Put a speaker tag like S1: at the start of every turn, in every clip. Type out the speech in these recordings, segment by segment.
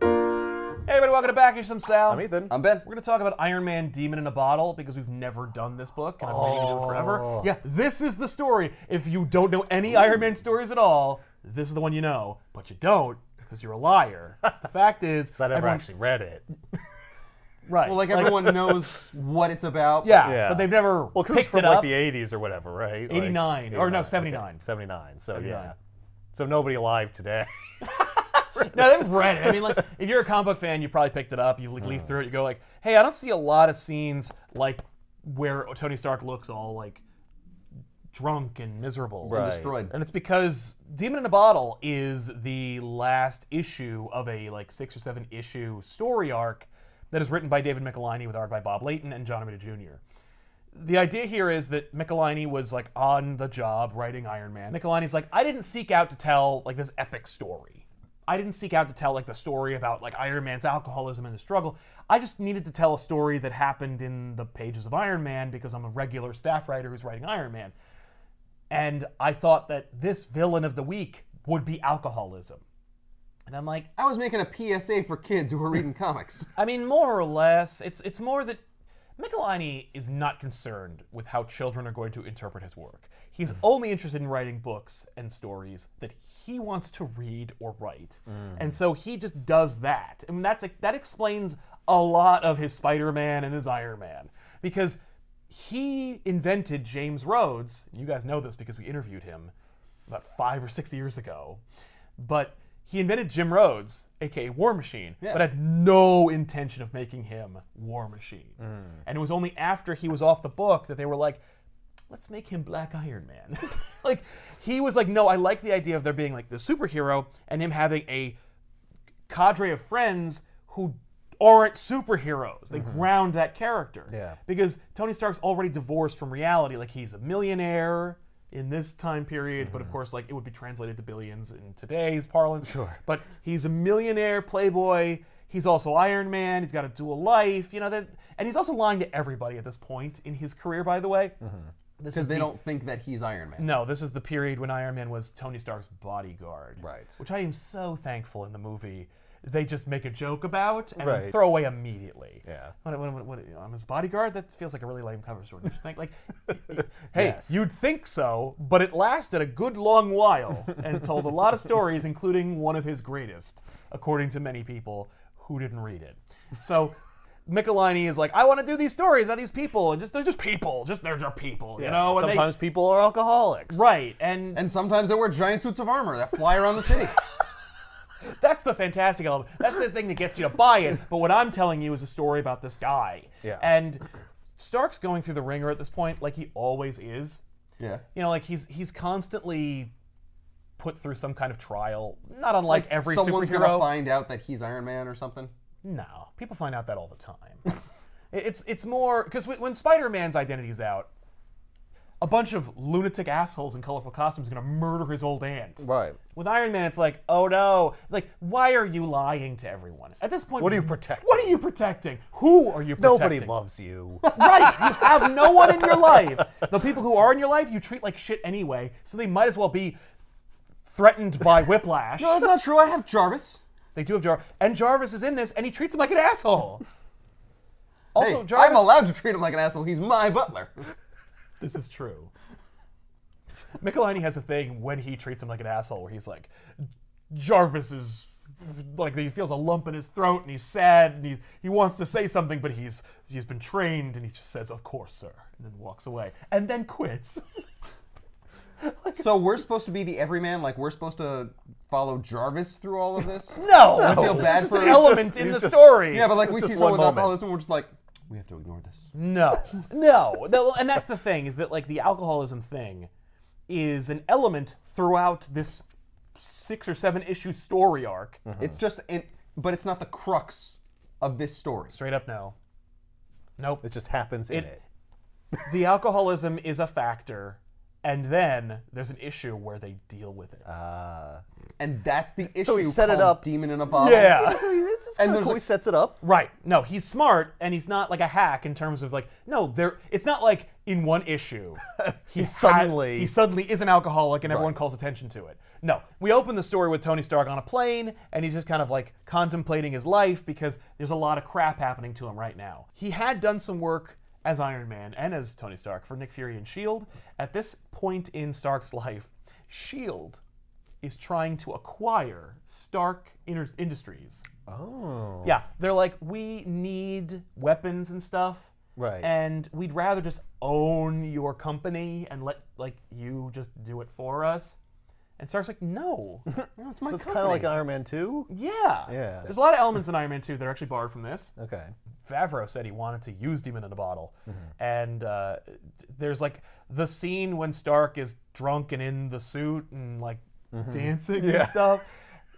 S1: Hey, everybody, welcome to Back. Here's some Sal.
S2: I'm Ethan.
S3: I'm Ben.
S1: We're going to talk about Iron Man Demon in a Bottle because we've never done this book and I'm waiting to do it forever.
S2: Oh.
S1: Yeah, this is the story. If you don't know any Iron Man stories at all, this is the one you know, but you don't because you're a liar. the fact is,
S2: I never
S1: everyone-
S2: actually read it.
S1: right.
S3: Well, like everyone knows what it's about. but-
S1: yeah,
S2: Yeah.
S1: but they've never
S2: Well, because
S1: picked
S2: it's from
S1: it up.
S2: like the 80s or whatever, right? Like-
S1: 89, or no, 79.
S2: 79. So
S1: 79.
S2: yeah. So nobody alive today.
S1: No, they've read it. I mean, like, if you're a comic book fan, you probably picked it up. You like, leaf through it. You go like, hey, I don't see a lot of scenes like where Tony Stark looks all like drunk and miserable.
S2: Right.
S3: Destroyed.
S1: And it's because Demon in a Bottle is the last issue of a like six or seven issue story arc that is written by David Michelinie with art by Bob Layton and John Romita Jr. The idea here is that Michelinie was like on the job writing Iron Man. Michelinie's like, I didn't seek out to tell like this epic story. I didn't seek out to tell like the story about like Iron Man's alcoholism and his struggle. I just needed to tell a story that happened in the pages of Iron Man because I'm a regular staff writer who's writing Iron Man. And I thought that this villain of the week would be alcoholism. And I'm like,
S3: I was making a PSA for kids who were reading comics.
S1: I mean, more or less, it's it's more that Michelini is not concerned with how children are going to interpret his work. He's only interested in writing books and stories that he wants to read or write, and so he just does that. And that's that explains a lot of his Spider-Man and his Iron Man because he invented James Rhodes. You guys know this because we interviewed him about five or six years ago, but he invented Jim Rhodes, aka War Machine, but had no intention of making him War Machine. And it was only after he was off the book that they were like, let's make him Black Iron Man. like, he was like, no, I like the idea of there being like the superhero and him having a cadre of friends who aren't superheroes. They ground that character.
S2: Yeah.
S1: Because Tony Stark's already divorced from reality. Like he's a millionaire in this time period, but of course, like it would be translated to billions in today's parlance. Sure. But he's a millionaire playboy. He's also Iron Man. He's got a dual life. You know that, and he's also lying to everybody at this point in his career. By the way, this
S3: Because
S1: is
S3: they
S1: the- Mm.
S3: don't think that he's Iron Man.
S1: no, this is the period when Iron Man was Tony Stark's bodyguard.
S2: Right.
S1: Which I am so thankful in the movie. They just make a joke about and
S2: Right.
S1: throw away immediately.
S2: Yeah.
S1: What, what, what, what, you know, I'm his bodyguard? That feels like a really lame cover story. don't you think? Like, hey,
S2: Yes.
S1: you'd think so, but it lasted a good long while and told a lot of stories, including one of his greatest, according to many people who didn't read it. So. Michelini is like, I want to do these stories about these people, and just they're just people, just they're just people, you know. and they-
S2: sometimes people are alcoholics.
S1: Right, and,
S3: And sometimes they wear giant suits of armor that fly around the city.
S1: that's the fantastic element. That's the thing that gets you to buy it. But what I'm telling you is a story about this guy.
S2: Yeah.
S1: And Stark's going through the ringer at this point, like he always is.
S3: yeah.
S1: You know, like he's he's constantly put through some kind of trial. Not unlike every
S3: Someone's
S1: superhero.
S3: gonna find out that he's Iron Man or something.
S1: No, people find out that all the time. It- it's it's more because when Spider-Man's identity's out, a bunch of lunatic assholes in colorful costumes are gonna murder his old aunt.
S2: Right.
S1: With Iron Man, it's like, oh no, like why are you lying to everyone? At this point,
S2: What are you protecting?
S1: What are you protecting? Who are you protecting?
S2: Nobody loves you.
S1: Right, you have no one in your life. The people who are in your life, you treat like shit anyway, so they might as well be threatened by whiplash.
S3: No, that's not true. I have Jarvis.
S1: They do have Jarvis, and Jarvis is in this, and he treats him like an asshole. Also,
S3: Hey,
S1: Jarvis,
S3: I'm allowed to treat him like an asshole. He's my butler.
S1: this is true. Michelini has a thing when he treats him like an asshole, where he's like, Jarvis is like he feels a lump in his throat, and he's sad, and he he wants to say something, but he's he's been trained, and he just says, "Of course, sir," and then walks away, and then quits.
S3: So we're supposed to be the everyman. Like we're supposed to follow Jarvis through all of this.
S1: No,
S3: I feel
S1: it's,
S3: bad
S1: it's just
S3: for
S1: an
S3: him. He's
S1: element
S2: just-
S1: in
S2: he's
S1: the
S2: just-
S1: story.
S3: Yeah, but like
S2: It's
S3: we
S2: just
S3: see someone
S2: one
S3: without
S2: moment.
S3: all this, and we're just like, we have to ignore this.
S1: No, no, no, and that's the thing is that like the alcoholism thing is an element throughout this six or seven issue story arc.
S3: It's just, it, but it's not the crux of this story.
S1: Straight up, no. Nope.
S2: It just happens in
S1: It-
S2: it.
S1: the alcoholism is a factor and then there's an issue where they deal with it.
S2: Uh,
S3: and that's the issue.
S2: he set it
S3: called
S2: up.
S3: Demon in a bottle.
S1: Yeah.
S2: so he- this is
S3: And
S2: kind of
S3: there's
S2: cool.
S3: a-
S2: He sets it up.
S1: Right. No, he's smart and he's not like a hack in terms of like no, there it's not like in one issue he had-
S2: suddenly-
S1: he suddenly is an alcoholic and everyone calls attention to it. No. We open the story with Tony Stark on a plane and he's just kind of like contemplating his life because there's a lot of crap happening to him right now. He had done some work as Iron Man and as Tony Stark for Nick Fury and Shield. E At this point in Stark's life, Shield E is trying to acquire Stark Inter- Industries.
S2: Oh.
S1: Yeah, they're like, we need weapons and stuff.
S2: Right.
S1: And we'd rather just own your company and let like you just do it for us. And Stark's like, no.
S3: No, it's my
S2: That's kind of like Iron Man 2.
S1: yeah.
S2: Yeah.
S1: There's a lot of elements in Iron Man 2 that are actually borrowed from this.
S2: Okay.
S1: Favreau said he wanted to use Demon in a Bottle.
S2: Mm-hmm.
S1: And uh, there's like the scene when Stark is drunk and in the suit and like
S2: Mm-hmm.
S1: dancing and stuff.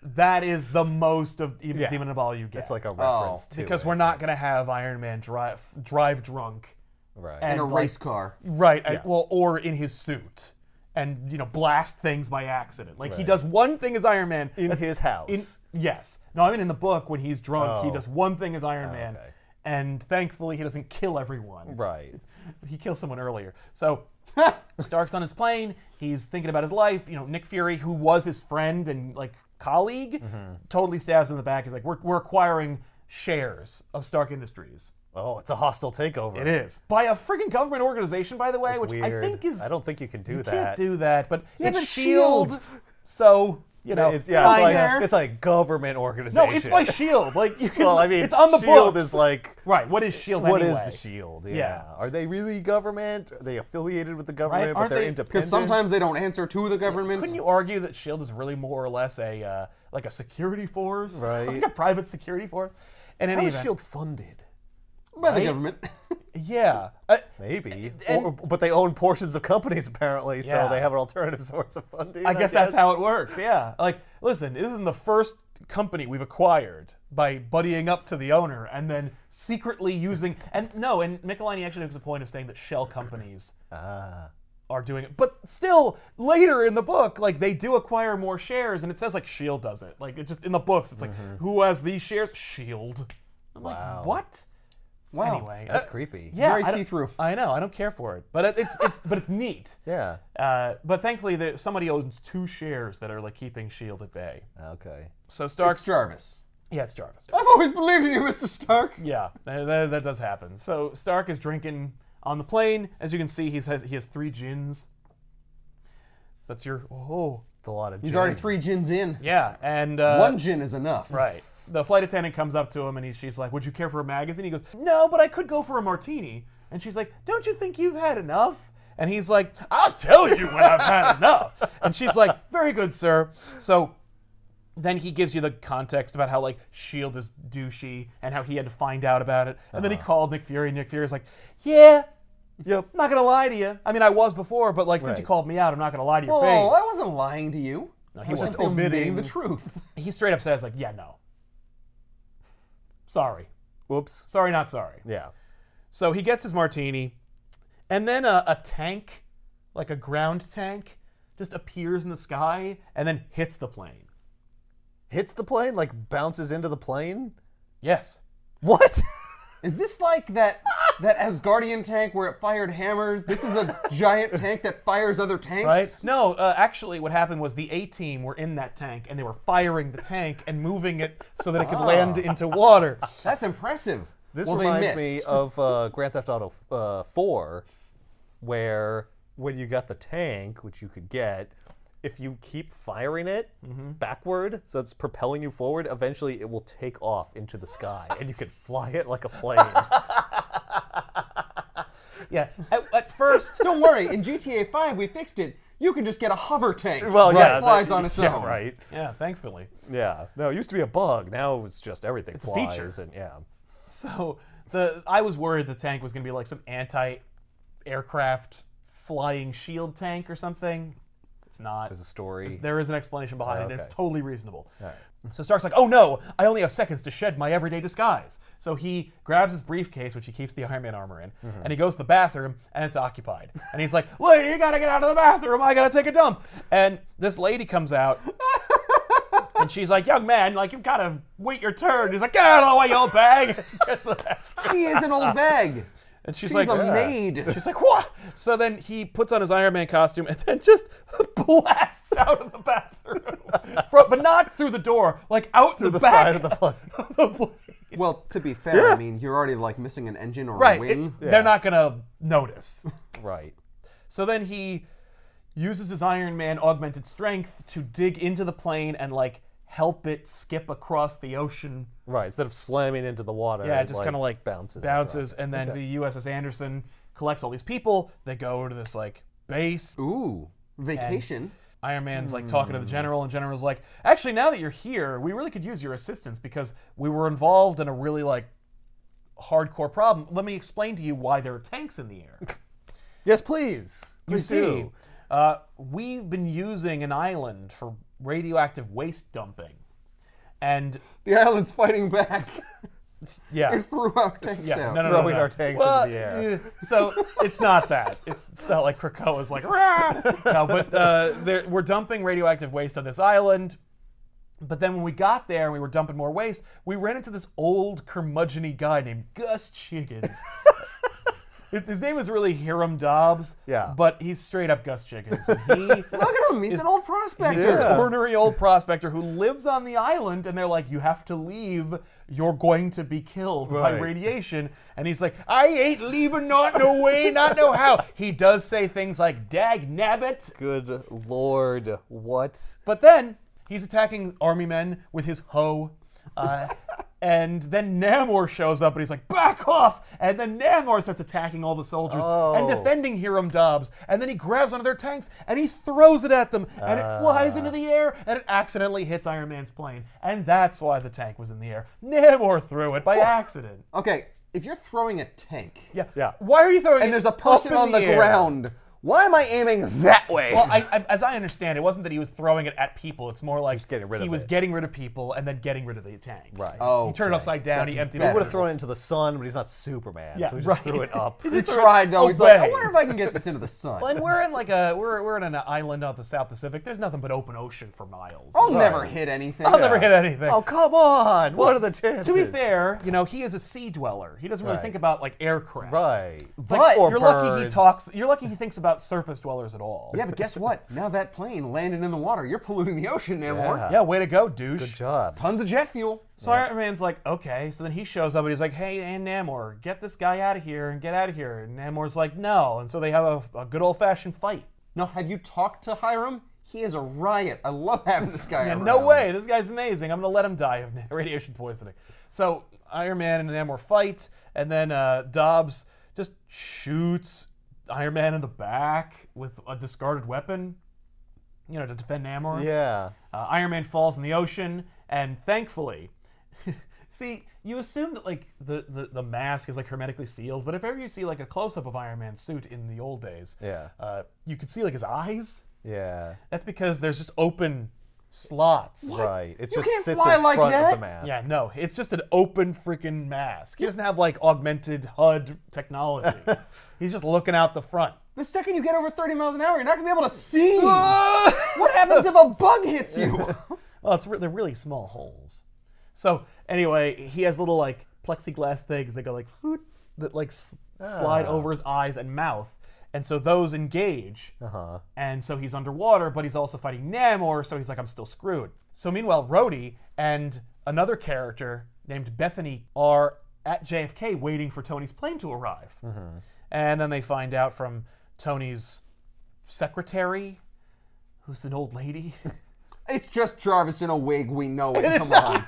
S1: That is the most of Demon Demon in a Bottle you get.
S2: It's like a reference to
S1: Oh, because
S2: it.
S1: we're not going to have Iron Man drive drive drunk,
S2: right.
S1: and
S3: in a
S1: like-
S3: race car.
S1: right? I- well, or in his suit, and you know blast things by accident. Like he
S2: Right.
S1: does one thing as Iron Man.
S2: in
S1: that's-
S2: his house.
S1: in- yes. No, I mean in the book when he's drunk, he
S2: Oh.
S1: does one thing as Iron Man,
S2: okay.
S1: and thankfully he doesn't kill everyone.
S2: right.
S1: He kills someone earlier. So Stark's on his plane. He's thinking about his life. You know, Nick Fury, who was his friend and like colleague,
S2: Mm-hmm.
S1: totally stabs him in the back. He's like, "We're we're acquiring." Shares of Stark Industries.
S2: Oh, it's a hostile takeover.
S1: It is by a friggin' government organization, by the way, which
S2: Weird.
S1: I think is
S2: I don't think you can do
S1: you
S2: that.
S1: can't do that. But it's
S3: but
S1: Shield,
S3: Shield.
S1: E so you know
S2: it's yeah, it's
S1: fine.
S2: like
S3: there.
S2: it's like government organization.
S1: no, it's by Shield. Like you can,
S2: well, I mean,
S1: it's on the
S2: shield
S1: books.
S2: is like
S1: right. What is Shield?
S2: what
S1: E anyway?
S2: is the shield? Yeah.
S1: Yeah.
S2: Are they really government? Are they affiliated with the government? But
S1: Aren't
S2: they're
S1: they- 'cause
S2: independent.
S3: Because sometimes they don't answer to the government.
S1: Couldn't you argue that Shield E is really more or less a uh, like a security force,
S2: Right.
S1: Like a private security force. In any
S2: how is
S1: event,
S2: shield funded?
S3: by the government.
S1: yeah. Uh,
S2: Maybe,
S1: and-
S2: or, but they own portions of companies apparently, so
S1: Yeah.
S2: they have an alternative source of funding.
S1: I guess that's how it works. Yeah. Like, listen, this isn't the first company we've acquired by buddying up to the owner and then secretly using. And no, and Michelini actually makes a point of saying that shell companies
S2: Ah,
S1: are doing it, but still later in the book, like they do acquire more shares, and it says like Shield E does it. Like it just in the books, it's like who has these shares? Shield. E I'm
S2: Mm-hmm. Wow.
S1: like, what?
S3: Wow.
S1: Anyway,
S2: that's
S1: uh,
S2: creepy.
S1: Yeah,
S3: Very
S1: I don't-
S3: see-through.
S1: I know. I don't care for it, but it, it's it's but it's neat.
S2: Yeah.
S1: Uh, but thankfully, there, somebody owns two shares that are like keeping Shield E at bay.
S2: Okay.
S1: So Stark's
S3: Jarvis.
S1: yeah, it's Jarvis.
S3: I've always believed in you, Mr. Stark.
S1: Yeah, that, that, that does happen. So Stark is drinking on the plane. As you can see, he has he has three gins. So that's your oh
S2: It's a lot of.
S3: He's already three gins in.
S1: yeah, and uh,
S3: One gin is enough.
S1: right. The flight attendant comes up to him and he, she's like, "Would you care for a magazine?" He goes, "No, but I could go for a martini." And she's like, "Don't you think you've had enough?" And he's like, "I'll tell you when I've had enough." And she's like, "Very good, sir." So then he gives you the context about how like Shield E is douchey and how he had to find out about it. And then he called Nick Fury. and Nick Fury's like, "Yeah,
S2: Yep.
S1: I'm not gonna lie to you. I mean, I was before, but like since you
S2: Right.
S1: called me out, I'm not gonna lie to your
S3: Oh,
S1: face."
S3: I wasn't lying to you. No,
S1: he
S3: I was
S1: wasn't.
S3: just omitting
S2: Omitting.
S3: the truth.
S1: He straight up says like, "Yeah, no, sorry,
S2: Whoops.
S1: sorry, not sorry."
S2: Yeah.
S1: So he gets his martini, and then a, a tank, like a ground tank, just appears in the sky and then hits the plane.
S2: Hits the plane, like bounces into the plane.
S1: Yes.
S2: What?
S3: Is this like that that Asgardian tank where it fired hammers? This is a giant tank that fires other tanks.
S1: Right? No, uh, actually, what happened was the A team were in that tank and they were firing the tank and moving it so that it could land into water.
S3: That's impressive.
S2: This
S3: well, they
S2: reminds me
S3: missed.
S2: of uh, Grand Theft Auto uh, 4, where when you got the tank, which you could get, if you keep firing it backward, so it's propelling you forward, eventually it will take off into the sky and you can fly it like a plane.
S1: Yeah. At, at first,
S3: Don't worry, in GTA 5 we fixed it. You can just get a hover tank.
S2: well,
S3: that
S2: yeah. that-
S3: flies on its
S2: yeah,
S3: own.
S2: Right.
S1: yeah, thankfully.
S2: Yeah. No, it used to be a bug. Now it's just everything
S1: a
S2: flies.
S1: feature.
S2: And, yeah.
S1: So the I was worried the tank was going to be like some anti-aircraft flying shield tank or something. It's not.
S2: There's a story.
S1: There is an explanation behind it. and
S2: okay.
S1: It's totally reasonable. So Stark's like, oh no, I only have seconds to shed my everyday disguise. So he grabs his briefcase, which he keeps the Iron Man armor in, and he goes to the bathroom, and it's occupied. And he's like, lady, you gotta get out of the bathroom. I gotta take a dump. And this lady comes out, and she's like, young man, like you've gotta wait your turn. He's like, get out of the way, you old bag. Gets the bathroom.
S3: She is an old bag.
S1: and she's
S3: She's
S1: like,
S3: a
S1: "Yeah."
S3: maid.
S1: She's like, what? So then he puts on his Iron Man costume and then just blasts out of the bathroom. Fro- but not through the door, like out
S2: to
S1: the,
S2: the
S1: back
S2: side of the plane.
S1: of the plane.
S3: Well, to be fair, I mean, you're already like missing an engine or a
S1: Right. it-
S3: wing.
S1: They're not going to notice.
S2: right.
S1: So then he uses his Iron Man augmented strength to dig into the plane and, like, help it skip across the ocean.
S2: Right. Instead of slamming into the water.
S1: Yeah,
S2: it,
S1: it just kind of like
S2: bounces.
S1: Bounces. And then the USS Anderson collects all these people. They go to this, like, base.
S3: Ooh, vacation.
S1: Iron Man's like talking to
S2: Hmm.
S1: the general, and general's like, "Actually, now that you're here, we really could use your assistance because we were involved in a really like hardcore problem. Let me explain to you why there are tanks in the air.
S2: Yes, please.
S1: You
S2: Please
S1: see,
S2: do.
S1: uh, we've been using an island for radioactive waste dumping, and
S3: The island's fighting back.
S1: yeah."
S3: threw our tanks
S1: Yes.
S3: out.
S1: No, no, no,
S2: Throwing
S1: no, no.
S2: our tanks
S1: Well,
S2: into the air.
S1: eh, So it's not that. It's, it's not like Krakoa's like, "Rah!" no, but uh, there, we're dumping radioactive waste on this island. But then when we got there and we were dumping more waste, we ran into this old curmudgeony guy named Gus Chickens. His his name is really Hiram Dobbs,
S2: Yeah.
S1: but he's straight up Gus Chickens. And he
S3: Look at him. He's an old prospect.
S1: He's this ornery old prospector who lives on the island, and they're like, "You have to leave. You're going to be killed by
S2: Right.
S1: radiation." And he's like, "I ain't leaving, not no way, not no how." He does say things like "dag nabbit,"
S2: Good lord, what?
S1: but then he's attacking army men with his hoe. Uh, And then Namor shows up and he's like, back off! And then Namor starts attacking all the soldiers and
S2: Oh.
S1: defending Hiram Dobbs. And then he grabs one of their tanks and he throws it at them and it flies
S3: Ah.
S1: into the air and it accidentally hits Iron Man's plane. And that's why the tank was in the air. Namor threw it by
S3: Oh.
S1: accident.
S3: Okay, if you're throwing a tank
S1: Yeah.
S2: Yeah.
S1: Why are you throwing it
S3: and there's a
S1: up
S3: person
S1: in
S3: on the,
S1: air?
S3: ground, why am I aiming that way?
S1: Well, I, I, as I understand, it wasn't that he was throwing it at people. It's more like
S2: getting rid
S1: he
S2: of
S1: was
S2: it.
S1: getting rid of people and then getting rid of the tank.
S2: Right.
S3: oh,
S1: He turned it upside down. he emptied.
S3: better.
S1: it.
S2: He would have thrown it into the sun, but he's not Superman,
S1: Yeah,
S2: so he just
S1: right.
S2: threw it up.
S3: He tried though. He's like, I
S1: away.
S3: wonder if I can get this into the sun.
S1: And we're in like a we're we're in an island out the South Pacific. There's nothing but open ocean for miles.
S3: I'll never hit anything.
S1: I'll never hit anything.
S2: oh come on! What are the chances?
S1: to be fair, you know he is a sea dweller. He doesn't really
S2: Right.
S1: think about like aircraft.
S2: right?
S1: It's like,
S3: But-
S1: you're lucky he
S2: birds.
S1: talks. You're lucky he thinks about surface dwellers at all.
S3: Yeah, but guess what? Now that plane landed in the water. You're polluting the ocean, Namor.
S2: Yeah.
S1: Yeah, way to go, douche.
S2: Good job.
S3: Tons of jet fuel.
S1: So Iron Man's like, okay. So then he shows up and he's like, hey, and Namor, get this guy out of here and get out of here. And Namor's like, no. And so they have a, a good old fashioned fight.
S3: No, have you talked to Hiram? He is a riot. I love having this guy
S1: Yeah,
S3: around.
S1: no way. This guy's amazing. I'm gonna let him die of radiation poisoning. So Iron Man and Namor fight, and then uh, Dobbs just shoots Iron Man in the back with a discarded weapon, you know, to defend Namor.
S2: Yeah.
S1: Uh, Iron Man falls in the ocean, and thankfully, see, you assume that like the, the the mask is like hermetically sealed, but if ever you see like a close up of Iron Man's suit in the old days,
S2: Yeah.
S1: uh, you could see like his eyes.
S2: Yeah.
S1: That's because there's just open slots.
S2: Right. It
S3: You
S2: just
S3: can't
S2: sits
S3: fly
S2: in
S3: like
S2: front of
S3: that.
S2: the mask.
S1: Yeah, no, it's just an open freaking mask. He doesn't have like augmented HUD technology. He's just looking out the front.
S3: The second you get over 30 miles an hour, you're not going to be able to see. what happens if a bug hits you?
S1: Well, Oh, it's re- they're really small holes. So anyway, he has little like plexiglass things that go like foot that like s- slide over his eyes and mouth, and so those engage.
S2: Uh-huh.
S1: And so he's underwater, but he's also fighting Namor, so he's like, I'm still screwed. So meanwhile, Rhodey and another character named Bethany are at JFK waiting for Tony's plane to arrive. And then they find out from Tony's secretary, who's an old lady.
S3: it's just Jarvis in a wig. We know it. Come on.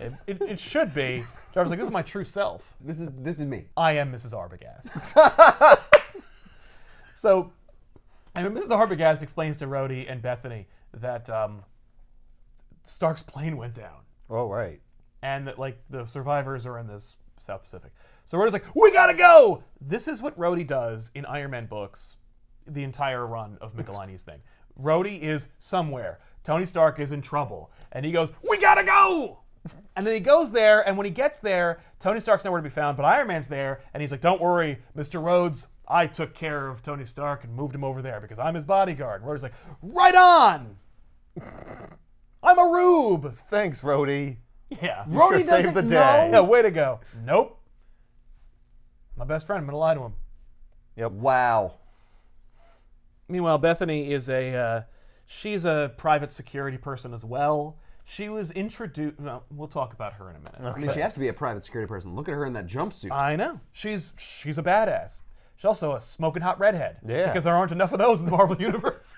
S1: It, it, it should be. Jarvis is like, this is my true self.
S3: This is this is me.
S1: I am Mrs. Arbogast. so, I mean, Mrs. Arbogast explains to Rhodey and Bethany that um, Stark's plane went down
S2: Oh right.
S1: and that, like, the survivors are in this South Pacific. So Rhodey's like, we gotta go! This is what Rhodey does in Iron Man books the entire run of Michelini's thing. Rhodey is somewhere Tony Stark is in trouble. And he goes, We gotta go! And then he goes there, and when he gets there, Tony Stark's nowhere to be found, but Iron Man's there, and he's like, Don't worry, Mr. Rhodes, I took care of Tony Stark and moved him over there because I'm his bodyguard. And Rhodes is like, Right on! I'm a rube!
S2: Thanks, Rhodey.
S1: Yeah.
S2: Sure
S3: Rhodey
S2: saved the
S3: doesn't
S2: day.
S1: Yeah, way to go. Nope. My best friend, I'm gonna lie to him.
S3: Wow.
S1: Meanwhile, Bethany is a uh, she's a private security person as well. She was introduced. Well, we'll talk about her in a minute.
S3: I mean, she has to be a private security person. Look at her in that jumpsuit.
S1: I know she's she's a badass. She's also a smoking hot redhead.
S2: Yeah.
S1: Because there aren't enough of those in the Marvel universe.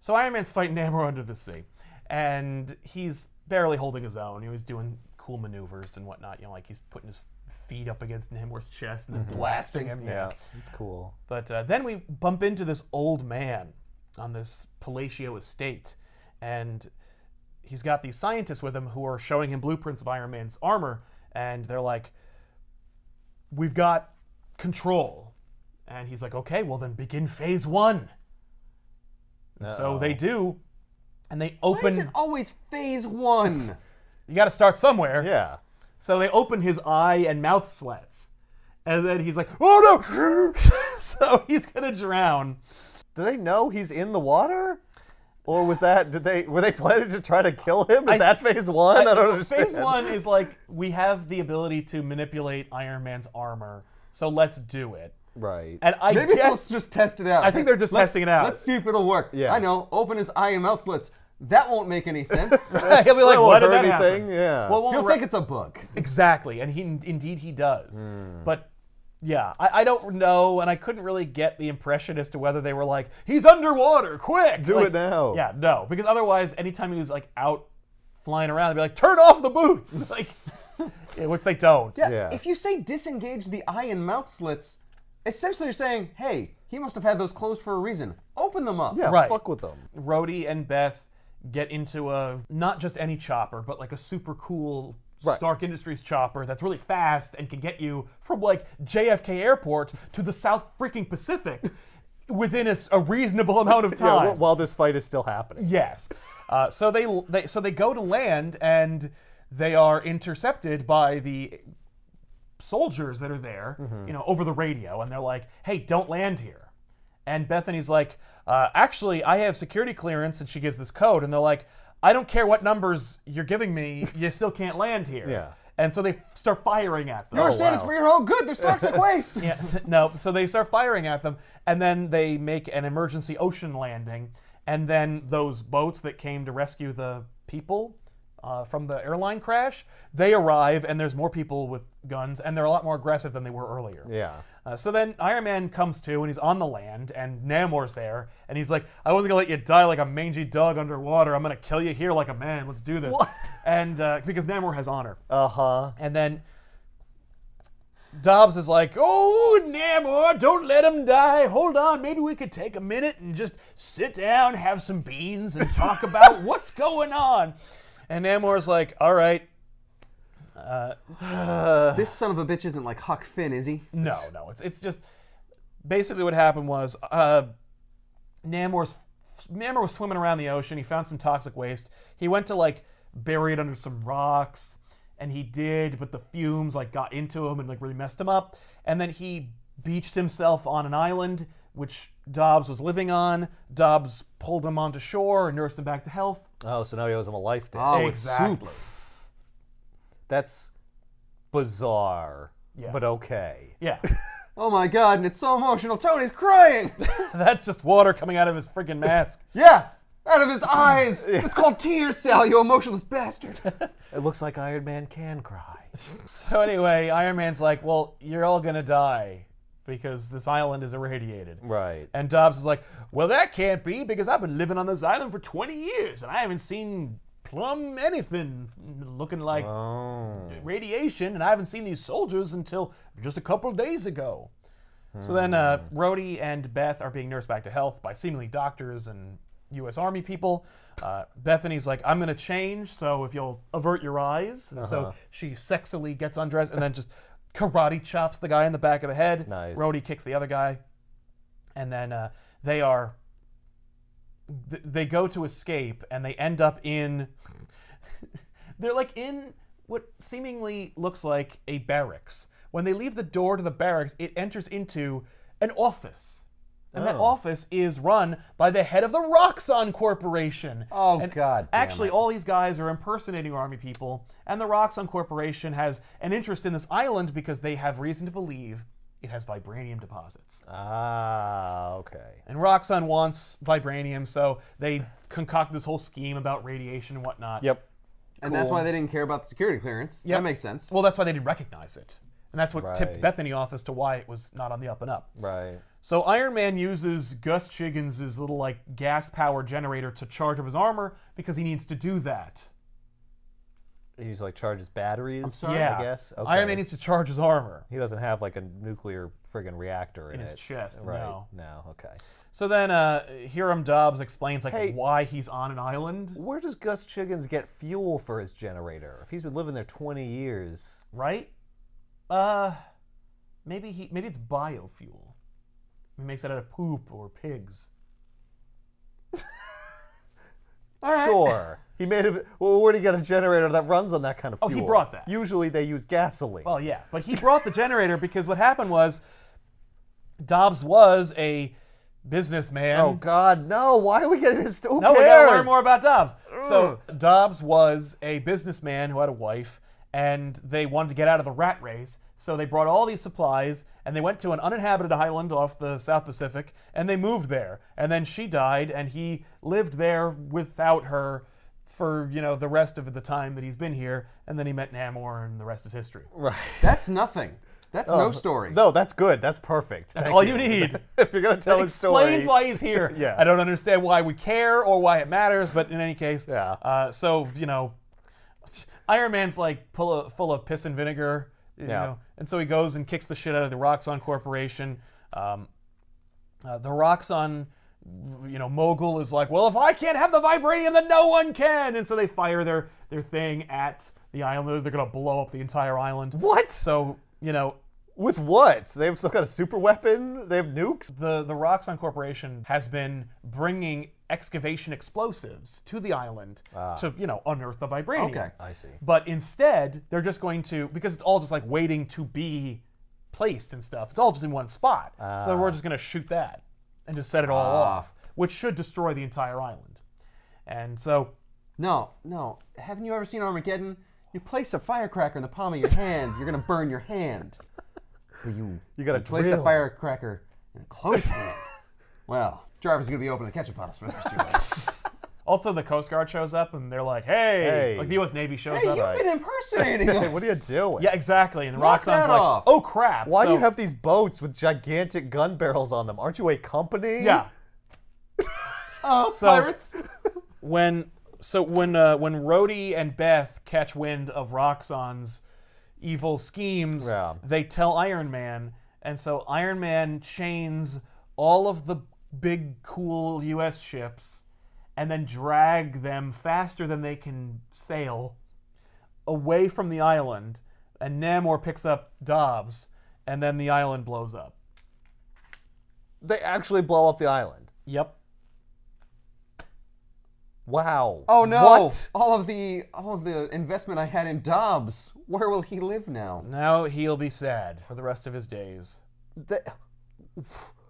S1: so Iron Man's fighting Namor under the sea, and he's barely holding his own. He was doing cool maneuvers and whatnot. You know, like he's putting his feet up against Namor's chest and then blasting him.
S2: Mm-hmm. Yeah, it's cool.
S1: But uh, then we bump into this old man on this Palacio estate, and he's got these scientists with him who are showing him blueprints of Iron Man's armor, and they're like, "We've got control," and he's like, "Okay, well then begin phase one." And So they do, and they
S3: Why is it
S1: open.
S3: always phase one?
S1: You got to start somewhere.
S2: Yeah.
S1: So they open his eye and mouth slats, and then he's like, "Oh no!" so he's gonna drown.
S2: Do they know he's in the water? Or was that did they were they planning to try to kill him? Is that phase one? I, don't understand.
S1: Phase one is like we have the ability to manipulate Iron Man's armor, so let's do it.
S2: Right.
S1: And I
S3: Maybe let's
S1: guess
S3: just test it out.
S1: I think they're just
S3: Let's-
S1: testing it out.
S3: Let's see if it'll work.
S2: Yeah.
S3: I know. Open his eye and mouth slits. That won't make any sense.
S1: he'll be like,
S2: That won't
S1: "Why did
S2: hurt
S1: that happen?"
S2: anything, yeah.
S1: Well, it won't
S3: You'll
S1: re-
S3: think it's a bug.
S1: exactly, and he indeed he does.
S2: Hmm.
S1: But yeah, I, I don't know, and I couldn't really get the impression as to whether they were like, "He's underwater, quick,
S2: Do
S1: Like,
S2: it now.
S1: Yeah, no, because otherwise, anytime he was like out flying around, they'd be like, "Turn off the boots," like, yeah, which they don't.
S2: Yeah.
S3: If you say disengage the eye and mouth slits, essentially you're saying, hey, he must have had those closed for a reason. Open them up.
S2: Yeah,
S1: right.
S2: fuck with them.
S1: Rhodey and Beth get into a not just any chopper, but like a super cool Stark Industries chopper that's really fast and can get you from like JFK Airport to the South freaking Pacific within a, s- a reasonable amount of
S2: Yeah,
S1: time.
S2: wh- while this fight is still happening.
S1: Yes. Uh, so they, they so they go to land and they are intercepted by the soldiers that are there,
S2: Mm-hmm.
S1: you know, over the radio, and they're like, "Hey, don't land here." And Bethany's like, uh, "Actually, I have security clearance," and she gives this code, and they're like, "I don't care what numbers you're giving me, you still can't land here."
S2: Yeah. Oh,
S1: And so they start firing at them.
S3: You understand it's
S2: wow.
S3: for your own good. There's toxic waste.
S1: Oh, Yeah, no. So they start firing at them, and then they make an emergency ocean landing, and then those boats that came to rescue the people uh, from the airline crash, they arrive, and there's more people with guns, and they're a lot more aggressive than they were earlier.
S2: Yeah.
S1: Uh, so then Iron Man comes to, and he's on the land, and Namor's there, and he's like, "I wasn't gonna let you die like a mangy dog underwater. I'm gonna kill you here like a man. Let's do this." And uh, because Namor has honor.
S2: Uh huh.
S1: Uh-huh. And then Dobbs is like, "Oh, Namor, don't let him die. Hold on, maybe we could take a minute and just sit down, have some beans, and talk about what's going on." And Namor's like, "All right,
S3: This son of a bitch isn't like Huck Finn, is he?
S1: no, no, it's it's just basically what happened was uh, Namor's Namor was swimming around the ocean. He found some toxic waste. He went to like bury it under some rocks, and he did, but the fumes like got into him and like really messed him up. And then he beached himself on an island which Dobbs was living on. Dobbs pulled him onto shore and nursed him back to health.
S2: Oh, so now he owes him a life debt.
S3: Oh,
S1: Exactly.
S3: it's soup.
S2: That's bizarre.
S1: Yeah.
S2: But okay.
S1: Yeah,
S3: Oh my god, and it's so emotional. Tony's crying.
S1: that's just water coming out of his freaking mask.
S3: yeah, out of his eyes. It's called tears, Sal. You emotionless bastard.
S2: It looks like Iron Man can cry.
S1: So anyway, Iron Man's like, "Well, you're all gonna die because this island is irradiated."
S2: Right.
S1: And Dobbs is like, "Well, that can't be because I've been living on this island for 20 years and I haven't seen plumb anything looking like
S2: Oh.
S1: radiation, and I haven't seen these soldiers until just a couple days ago." So then, uh, Rhodey and Beth are being nursed back to health by seemingly doctors and U.S. Army people. Uh, Bethany's like, "I'm gonna change, so if you'll avert your eyes." And so she sexily gets undressed and then just karate chops the guy in the back of the head.
S2: Nice.
S1: Rhodey kicks the other guy, and then uh, they are th- they go to escape and they end up in they're like in what seemingly looks like a barracks. When they leave the door to the barracks, it enters into an office. And
S3: Oh.
S1: that office is run by the head of the Roxxon Corporation.
S3: Oh,
S1: and
S3: God damn
S1: Actually,
S3: it.
S1: all these guys are impersonating army people, and the Roxxon Corporation has an interest in this island because they have reason to believe it has vibranium deposits.
S2: Ah, okay.
S1: And Roxxon wants vibranium, so they concoct this whole scheme about radiation and whatnot.
S2: Yep.
S3: And that's
S1: Cool.
S3: why they didn't care about the security clearance.
S1: Yep.
S3: That makes sense.
S1: Well, that's why they didn't recognize it. And that's what tipped
S2: Right.
S1: Bethany off as to why it was not on the up and up.
S2: Right.
S1: So Iron Man uses Gus Chiggins' little like gas power generator to charge up his armor because he needs to do that.
S2: He's like charges batteries.
S1: yeah.
S2: I guess. Okay.
S1: Iron Man needs to charge his armor
S2: he doesn't have like a nuclear friggin' reactor in,
S1: in his
S2: it.
S1: chest.
S2: Right.
S1: No.
S2: No. Okay.
S1: So then uh Hiram Dobbs explains like
S2: Hey.
S1: why he's on an island,
S2: Where does Gus Chiggins get fuel for his generator? If he's been living there 20 years,
S1: right? Uh maybe he maybe it's biofuel. He makes it out of poop or pigs.
S2: sure. He made a. Well, where would he get a generator that runs on that kind of
S1: Oh,
S2: fuel?
S1: he brought that.
S2: Usually they use gasoline.
S1: Well, yeah, but he brought the generator because what happened was Dobbs was a businessman.
S2: oh God, no! Why are we getting this? Who
S1: No, we
S2: cares?
S1: gotta learn more about Dobbs. So Dobbs was a businessman who had a wife, and they wanted to get out of the rat race. So they brought all these supplies, and they went to an uninhabited island off the South Pacific, and they moved there. And then she died, and he lived there without her for you know the rest of the time that he's been here. And then he met Namor, and the rest is history.
S2: right.
S3: That's nothing. That's no story.
S2: Oh. No, that's good. That's perfect. That's
S1: all you need.
S2: if you're gonna tell
S1: That
S2: his story.
S1: Explains why he's here.
S2: Yeah.
S1: I don't understand why we care or why it matters, but in any case,
S2: Yeah.
S1: Uh, so you know, Iron Man's like full of, full of piss and vinegar. You
S2: Yeah.
S1: know, and so he goes and kicks the shit out of the Roxxon Corporation. Um, uh, the Roxxon, you know, mogul is like, well, if I can't have the vibranium, then no one can. And so they fire their their thing at the island. They're gonna blow up the entire island.
S2: What?
S1: So you know,
S2: With what? They have some kind of super weapon. They have nukes.
S1: The the Roxxon Corporation has been bringing excavation explosives to the island to you know unearth the vibranium.
S3: Okay.
S2: I see.
S1: But instead, they're just going to because it's all just like waiting to be placed and stuff. It's all just in one spot. so we're just going to shoot that and just set it all off, which should destroy the entire island. And so
S3: No, no. Haven't you ever seen Armageddon? You place a firecracker in the palm of your hand, you're gonna burn your hand. But you,
S2: You gotta
S3: place
S2: drill.
S3: a firecracker in a close hand. Well, Jarvis is gonna be open the ketchup bottles for the rest of your life.
S1: also the Coast Guard shows up and they're like, "Hey!"
S2: Hey.
S1: Like the U.S. Navy shows
S3: hey,
S1: up.
S3: you've been impersonating us.
S2: what are you doing?
S1: Yeah, exactly. And the
S3: Knock
S1: Roxxon's
S3: that
S1: like,
S3: off.
S1: "Oh crap!"
S2: Why do
S1: So-
S2: you have these boats with gigantic gun barrels on them? Aren't you a company?
S1: Yeah.
S3: Oh, pirates!
S1: when so when uh, when Rhodey and Beth catch wind of Roxxon's evil schemes,
S2: Yeah.
S1: they tell Iron Man, and so Iron Man chains all of the big cool U.S. ships, and then drag them faster than they can sail away from the island, and Namor picks up Dobbs, and then the island blows up.
S2: They actually blow up the island.
S1: Yep.
S2: Wow.
S3: Oh no!
S2: What?
S3: All of the all of the investment I had in Dobbs. Where will he live now?
S1: Now he'll be sad for the rest of his days.
S2: The,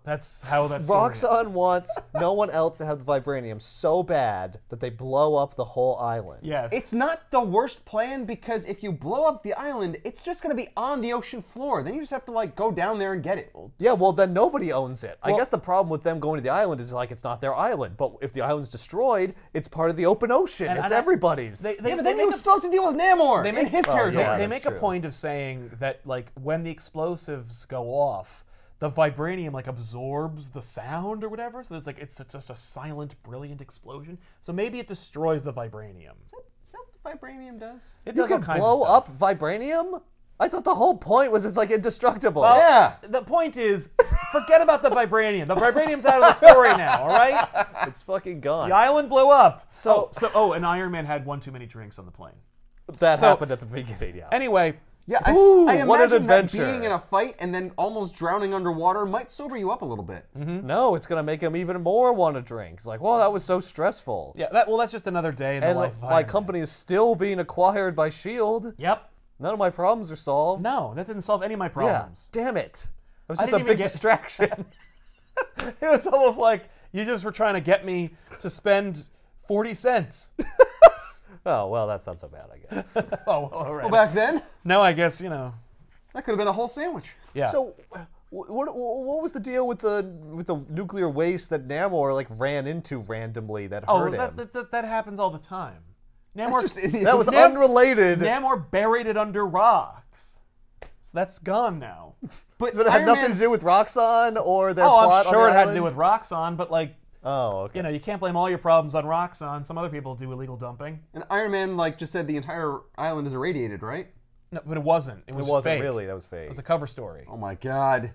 S1: That's how that's
S2: Roxxon wants no one else to have the vibranium so bad that they blow up the whole island.
S1: Yes.
S3: It's not the worst plan because if you blow up the island, it's just gonna be on the ocean floor. Then you just have to like go down there and get it.
S2: Yeah, well, then nobody owns it. I guess the problem with them going to the island is like it's not their island. But if the island's destroyed, it's part of the open ocean. it's
S1: and I-
S2: everybody's.
S3: yeah, but then you still have to deal with Namor in his territory.
S1: They,
S2: yeah.
S1: they
S2: that's
S1: make Oh, a
S2: true.
S1: point of saying that like when the explosives go off, the vibranium like absorbs the sound or whatever. So it's like it's just a silent, brilliant explosion. So maybe it destroys the vibranium.
S3: Is that what vibranium does?
S1: It
S2: you
S1: does
S2: can
S1: all kinds
S2: blow
S1: of stuff.
S2: up vibranium. I thought the whole point was it's like indestructible.
S3: yeah.
S1: The point is, forget about the vibranium. The vibranium's out of the story now. All right.
S2: it's fucking gone.
S1: The island blew up.
S2: So-
S1: oh, so oh, and Iron Man had one too many drinks on the plane.
S2: that
S1: so-
S2: happened at the beginning. Yeah.
S1: Anyway,
S3: Yeah, I,
S2: Ooh,
S3: I
S2: what an
S3: imagine that
S2: adventure.
S3: being in a fight and then almost drowning underwater might sober you up a little bit.
S2: No, it's gonna make him even more want to drink. It's like, well, that was so stressful.
S1: Yeah, that well, that's just another day in
S2: And
S1: the life. of
S2: my
S1: Iron Man.
S2: company is still being acquired by Shield.
S1: Yep.
S2: None of my problems are solved.
S1: No, that didn't solve any of my
S2: Yeah.
S1: problems.
S2: Damn it. That was
S1: I
S2: just a
S1: didn't even
S2: big
S1: get-
S2: distraction.
S1: It was almost like you just were trying to get me to spend forty cents.
S2: oh well, that's not so bad, I guess.
S1: oh, well, all right.
S3: Well, back then,
S1: now I guess you know.
S3: that could have been a whole sandwich.
S1: Yeah.
S2: So, wh- what, what what was the deal with the with the nuclear waste that Namor like ran into randomly that
S1: oh,
S2: hurt
S1: that,
S2: him?
S1: that, that, that happens all the time. Namor
S3: That's just idiot.
S2: that was
S1: Nam-
S2: unrelated.
S1: Namor buried it under rocks. So that's gone now.
S3: but,
S2: but it had
S3: Iron
S2: nothing
S3: Man-
S2: to do with Roxxon or their
S1: oh, I'm
S2: plot on
S1: sure
S2: the
S1: it had to do
S2: island?
S1: with Roxxon, but like,
S2: Oh, okay.
S1: you know, you can't blame all your problems on Roxxon. Some other people do illegal dumping.
S3: And Iron Man like just said the entire island is irradiated, right?
S1: No, but it wasn't. It was
S2: it
S1: just
S2: wasn't
S1: fake.
S2: really. That was fake.
S1: It was a cover story.
S3: Oh my god.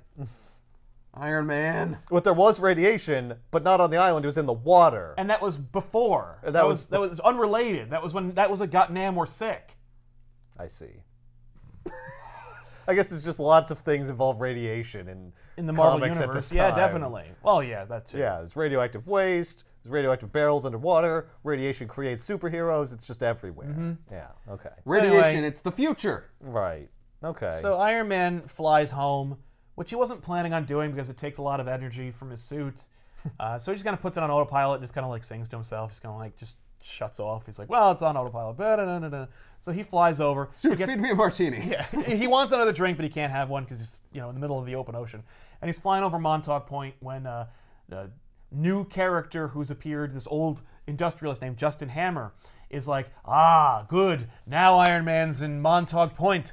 S3: Iron Man.
S2: But there was radiation, but not on the island. It was in the water.
S1: And that was before. That, was,
S2: was
S1: that was unrelated. That was when that was a got Namor sick.
S2: I see. I guess it's just lots of things involve radiation in
S1: In the Marvel
S2: comics
S1: universe.
S2: At this
S1: Yeah,
S2: time.
S1: definitely. Well, yeah, that too.
S2: Yeah, there's radioactive waste. There's radioactive barrels underwater. Radiation creates superheroes. It's just everywhere.
S1: Mm-hmm.
S2: Yeah. Okay.
S3: Radiation,
S1: anyway-
S3: it's the future.
S2: Right. Okay.
S1: So Iron Man flies home, which he wasn't planning on doing because it takes a lot of energy from his suit. Uh, so he just kind of puts it on autopilot and just kind of like sings to himself. He's kind of like just shuts off. He's like, well, it's on autopilot. Ba-da-da-da-da. So he flies over. he,
S3: Dude,
S1: gets-
S3: feed me a martini.
S1: he wants another drink, but he can't have one because he's you know in the middle of the open ocean. And he's flying over Montauk Point when uh, the new character who's appeared, this old industrialist named Justin Hammer, is like, ah, good. Now Iron Man's in Montauk Point.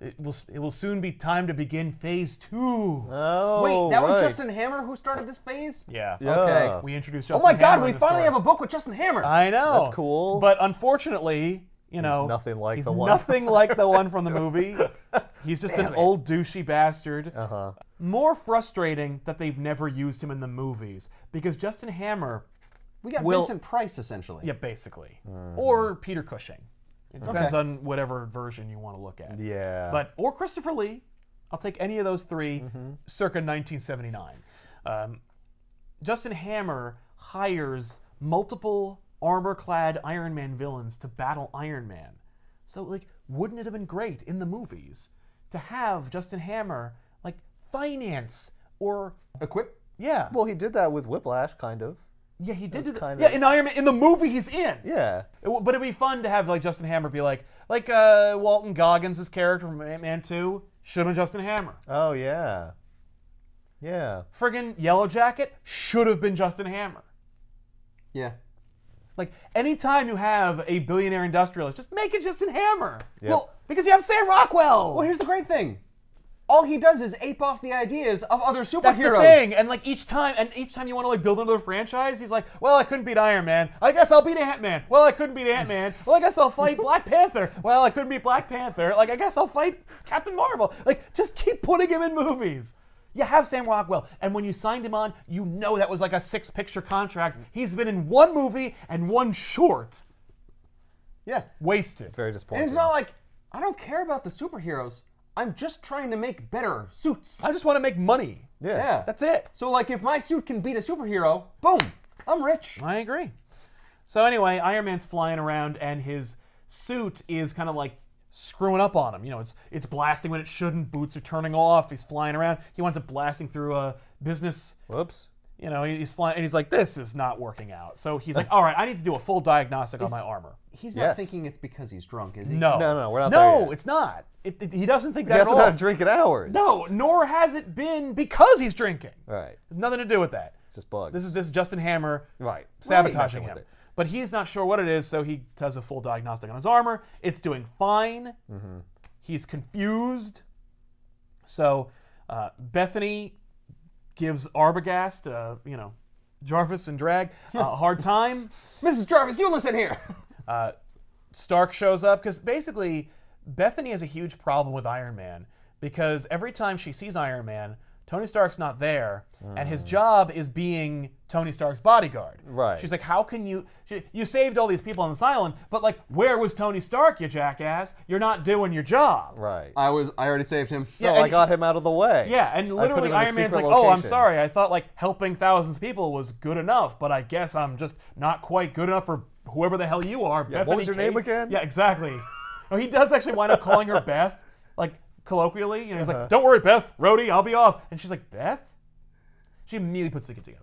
S1: It will it will soon be time to begin Phase Two.
S3: Uh,
S2: oh,
S3: Wait, that was
S2: right.
S3: Justin Hammer who started this phase?
S1: yeah.
S2: Yeah.
S3: Okay.
S1: We introduced
S3: Oh
S1: Justin.
S3: my god,
S1: Hammer
S3: we
S1: in the
S3: finally
S1: story.
S3: have a book with Justin Hammer.
S1: I know.
S2: That's cool.
S1: But unfortunately, you know,
S2: nothing like
S1: he's
S2: the one
S1: Nothing like the one from the movie. He's just an old douchey bastard.
S2: Uh-huh.
S1: More frustrating that they've never used him in the movies because Justin Hammer,
S3: we got
S1: Will-
S3: Vincent Price essentially.
S1: yeah, basically,
S2: Uh-huh.
S1: or Peter Cushing. It depends on whatever version you want to look at.
S2: Yeah.
S1: But or Christopher Lee, I'll take any of those 3
S2: Mm-hmm.
S1: circa 1979. Um, Justin Hammer hires multiple armor-clad Iron Man villains to battle Iron Man. So like, wouldn't it have been great in the movies to have Justin Hammer like finance or
S3: Equip
S1: yeah,
S2: well, he did that with Whiplash, kind of.
S1: yeah, he did.
S2: was
S1: it.
S2: kind
S1: yeah,
S2: of-
S1: in Iron Man, in the movie he's in.
S2: Yeah.
S1: It w- but it'd be fun to have like Justin Hammer be like, like uh, Walton Goggins' character from Ant-Man 2 should have Justin Hammer.
S2: Oh yeah. Yeah.
S1: Friggin' Yellow Jacket should have been Justin Hammer.
S3: Yeah.
S1: Like anytime you have a billionaire industrialist, just make it Justin Hammer.
S2: Yep.
S1: Well, because you have Sam Rockwell.
S3: Well, here's the great thing. All he does is ape off the ideas of other superheroes.
S1: that's the thing, and like each time, and each time you want to like build another franchise, he's like, "Well, I couldn't beat Iron Man. I guess I'll beat Ant Man. Well, I couldn't beat Ant Man. Well, I guess I'll fight Black Panther. Well, I couldn't beat Black Panther. Like, I guess I'll fight Captain Marvel. Like, just keep putting him in movies. You have Sam Rockwell, and when you signed him on, you know that was like a six-picture contract. He's been in one movie and one short.
S3: Yeah.
S1: Wasted.
S2: Very
S3: And
S2: disappointing.
S3: it's not like I don't care about the superheroes. I'm just trying to make better suits.
S1: I just want to make money.
S2: yeah.
S3: yeah.
S1: That's it.
S3: So like if my suit can beat a superhero, boom, I'm rich.
S1: I agree. So anyway, Iron Man's flying around and his suit is kind of like screwing up on him. You know, it's it's blasting when it shouldn't. Boots are turning off. He's flying around. He winds up blasting through a business.
S2: Whoops.
S1: You know, he's flying and he's like, "This is not working out." So he's like, "All right, I need to do a full diagnostic on my armor."
S3: He's not
S2: Yes.
S3: thinking it's because he's drunk, is he?
S1: No,
S2: No, no, we're not
S1: No,
S2: there yet.
S1: it's not. It, it- he doesn't think
S2: He
S1: that at
S2: hasn't
S1: all.
S2: had a drink in hours.
S1: no, nor has it been because he's drinking.
S2: All right.
S1: Nothing to do with that.
S2: It's just bugs.
S1: This is this is Justin Hammer
S2: Right.
S1: sabotaging
S2: Messing with
S1: him.
S2: it.
S1: But he's not sure what it is, so he does a full diagnostic on his armor. It's doing fine.
S2: Mm-hmm.
S1: He's confused. So uh, Bethany gives Arbogast, uh, you know, Jarvis and Drag, a hard time.
S3: Mrs. Jarvis, you listen here.
S1: Uh, Stark shows up because basically Bethany has a huge problem with Iron Man because every time she sees Iron Man, Tony Stark's not there, and his job is being Tony Stark's bodyguard.
S2: Right.
S1: She's like, how can you? She, you saved all these people on this island, but like, where was Tony Stark, you jackass? You're not doing your job.
S2: Right.
S3: I was I already saved him.
S1: Yeah,
S2: oh, I
S1: and-
S2: got him out of the way.
S1: Yeah, and
S2: I put
S1: literally
S2: him in a
S1: Iron Man's like,
S2: secret
S1: "Oh, I'm
S2: location."
S1: sorry. I thought like helping thousands of people was good enough, but I guess I'm just not quite good enough for whoever the hell you are." Yeah,
S2: what was your name again?
S1: Yeah, exactly. oh, he does actually wind up calling her Beth, like colloquially. You know, he's
S2: Uh-huh.
S1: like, "Don't worry, Beth, Rhodey, I'll be off," and she's like, "Beth." She immediately puts it together.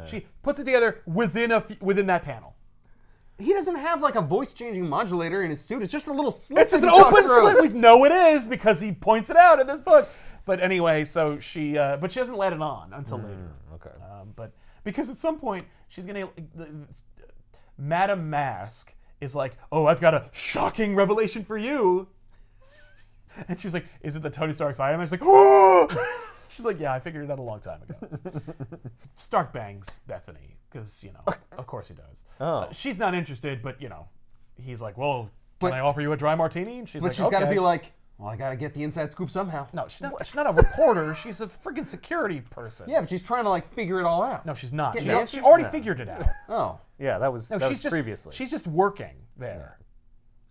S2: Uh,
S1: She puts it together within a f- within that panel.
S3: He doesn't have like a voice changing modulator in his suit. It's just a little slit.
S1: It's just
S3: that
S1: an
S3: you talk
S1: open
S3: through.
S1: slit. We know it is because he points it out in this book. But anyway, so she, uh, but she doesn't let it on until later.
S2: okay.
S1: Um, but because at some point she's gonna, the, the- Madam Mask is like, "Oh, I've got a shocking revelation for you," and she's like, "Is it the Tony Stark's Iron Man?" She's like, "Oh!" She's like, "Yeah, I figured it out a long time ago." Stark bangs Bethany because you know, of course he does.
S2: Oh.
S1: Uh, she's not interested, but you know, he's like, "Well, can
S3: But-
S1: I offer you a dry martini?" And she's
S3: But
S1: like,
S3: she's got to
S1: "Okay."
S3: be like, well, I got to get the inside scoop somehow.
S1: "No, she's not. She's not a reporter. She's a freaking security person."
S3: Yeah, but she's trying to like figure it all out.
S1: No, she's not. She,
S3: no,
S1: she
S3: she's
S1: already
S3: not.
S1: figured it out.
S3: Oh.
S2: Yeah, that was,
S1: No,
S2: that
S1: she's
S2: was
S1: just
S2: previously.
S1: She's just working there,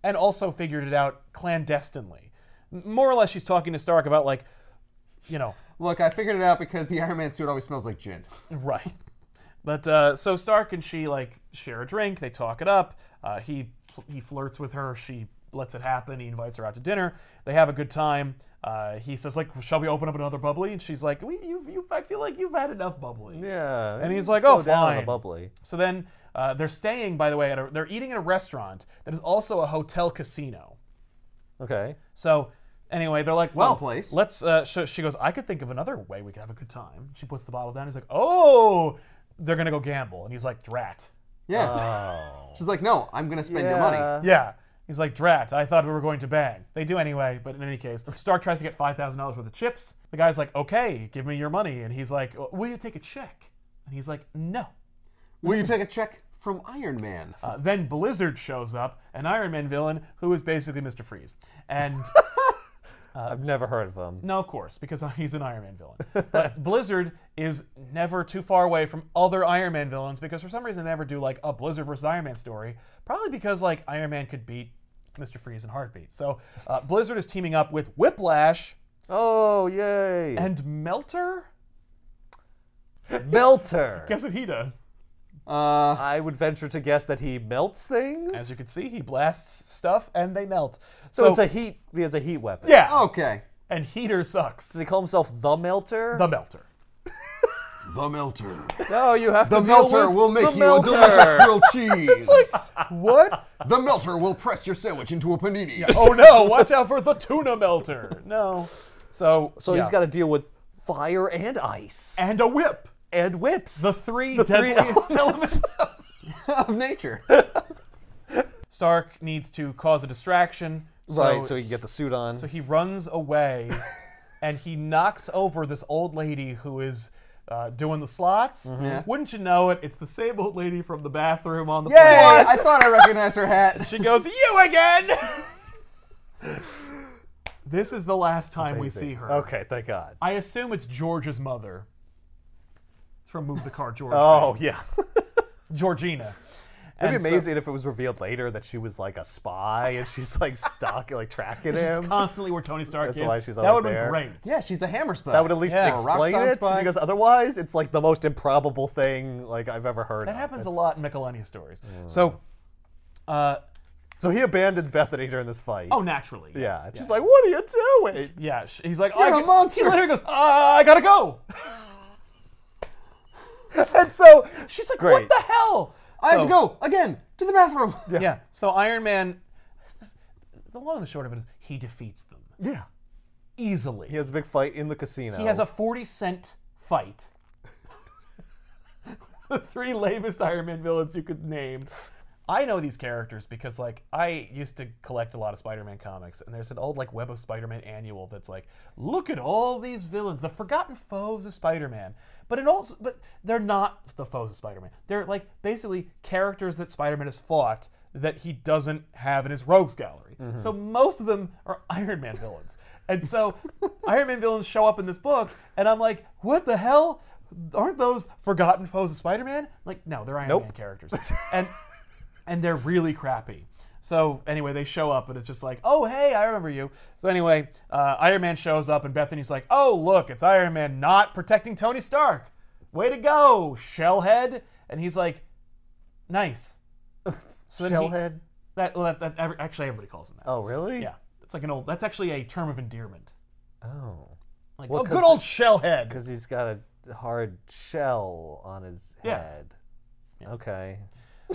S1: and also figured it out clandestinely. M- More or less, she's talking to Stark about like, you know,
S3: Look, I figured it out because the Iron Man suit always smells like gin.
S1: right. But uh, so Stark and she like share a drink. They talk it up. Uh, he he flirts with her. She lets it happen. He invites her out to dinner. They have a good time. Uh, he says like, "Shall we open up another bubbly?" And she's like, we, "You you I feel like you've had enough bubbly."
S2: yeah.
S1: And
S2: you
S1: he's like,
S2: slow
S1: "Oh,
S2: down on the
S1: fine."
S2: bubbly.
S1: So then uh, they're staying, by the way, at a, they're eating at a restaurant that is also a hotel casino.
S2: Okay.
S1: So anyway, they're like,
S3: Well
S1: well,
S3: placed.
S1: let's. Uh, so she goes, I could think of another way we could have a good time. She puts the bottle down. He's like, oh, they're gonna go gamble, and he's like, drat.
S3: Yeah.
S2: Oh.
S3: she's like, no, I'm going to spend your money.
S2: Yeah.
S1: Uh, Yeah. He's like, drat, I thought we were going to bang. They do anyway, but in any case, Stark tries to get $5,000 worth of chips. The guy's like, okay, give me your money. And he's like, will you take a check? And he's like, no.
S3: Will you take a check from Iron Man?
S1: Uh, then Blizzard shows up, an Iron Man villain who is basically Mr. Freeze. And
S2: I've never heard of them.
S1: no, of course, because he's an Iron Man villain. But Blizzard is never too far away from other Iron Man villains because for some reason they never do like a Blizzard versus Iron Man story. Probably because like Iron Man could beat Mr. Freeze in Heartbeat. So uh, Blizzard is teaming up with Whiplash
S2: Oh, yay.
S1: and Melter.
S2: Melter.
S1: Guess what he does?
S3: Uh,
S2: I would venture to guess that he melts things.
S1: As you can see, he blasts stuff and they melt.
S2: so, it's oh. a heat. He has a heat weapon.
S1: yeah.
S3: okay.
S1: And Heater sucks.
S2: Does he call himself the Melter?
S1: The Melter.
S3: The Melter.
S2: no, you have
S3: The
S2: to deal
S3: Melter
S2: with
S3: will make
S2: the
S3: you
S2: Melter.
S3: a delicious grilled cheese.
S2: what?
S3: the Melter will press your sandwich into a panini.
S1: oh no, watch out for the tuna melter. No. So
S2: So he's got to deal with fire and ice
S1: and a whip.
S2: and whips.
S1: The three
S2: three
S1: deadliest elements.
S3: of nature.
S1: Stark needs to cause a distraction. So,
S2: right, so, he can get the suit on.
S1: so he runs away and he knocks over this old lady who is uh, doing the slots.
S2: Mm-hmm.
S1: Wouldn't you know it? It's the same old lady from the bathroom on the plane.
S3: I thought I recognized her hat.
S1: She goes, You again! this is the last time we see her.
S2: Okay, thank God.
S1: I assume it's George's mother. It's from Move the Car, George.
S2: Oh yeah.
S1: Georgina.
S2: It'd
S1: And
S2: be
S1: so
S2: amazing if it was revealed later that she was like a spy and she's like stalking, like tracking
S1: she's
S2: him.
S1: constantly where Tony Stark
S2: That's
S1: is.
S2: why she's
S1: that
S2: always
S1: would have been
S2: there.
S1: great.
S3: Yeah, she's a hammer spy.
S2: That would at least
S1: Yeah.
S2: explain
S3: Rockstar
S2: it
S3: spy.
S2: because otherwise it's like the most improbable thing like I've ever heard.
S1: That happens a lot in Michelania stories. So, uh,
S2: So he abandons Bethany during this fight.
S1: oh, naturally.
S2: yeah. She's like, "What are you doing?"
S1: Yeah. sh- He's like, I
S3: You're a
S1: g-
S3: monster.
S1: He literally goes, uh, I gotta go. and so she's like,
S2: Great.
S1: What the hell?
S3: I have
S1: So-
S3: to go again to the bathroom.
S1: Yeah. So Iron Man. The long and the short of it is, he defeats them
S2: Yeah.
S1: easily.
S2: He has a big fight in the casino.
S1: He has a 40 cent fight. the three lamest Iron Man villains you could name. I know these characters because like I used to collect a lot of Spider-Man comics and there's an old like Web of Spider-Man annual that's like look at all these villains, the forgotten foes of Spider-Man. But in all but they're not the foes of Spider-Man. They're like basically characters that Spider-Man has fought that he doesn't have in his rogues gallery. So most of them are Iron Man villains. And so Iron Man villains show up in this book, and I'm like, what the hell? Aren't those forgotten foes of Spider-Man? Like, no, they're Iron Man characters, and and they're really crappy. So anyway, they show up, and it's just like, oh hey, I remember you. So anyway, uh, Iron Man shows up, and Bethany's like, oh look, it's Iron Man not protecting Tony Stark. Way to go, Shellhead. And he's like, nice. So then he-
S2: Shellhead.
S1: That, well, that, that every- actually everybody calls him that.
S2: Oh, really?
S1: Yeah, it's like an old. That's actually a term of endearment.
S2: Oh,
S1: Like
S2: Well,
S1: oh,
S2: 'cause-
S1: good old shellhead.
S2: because he's got a hard shell on his
S1: Yeah.
S2: head. Okay.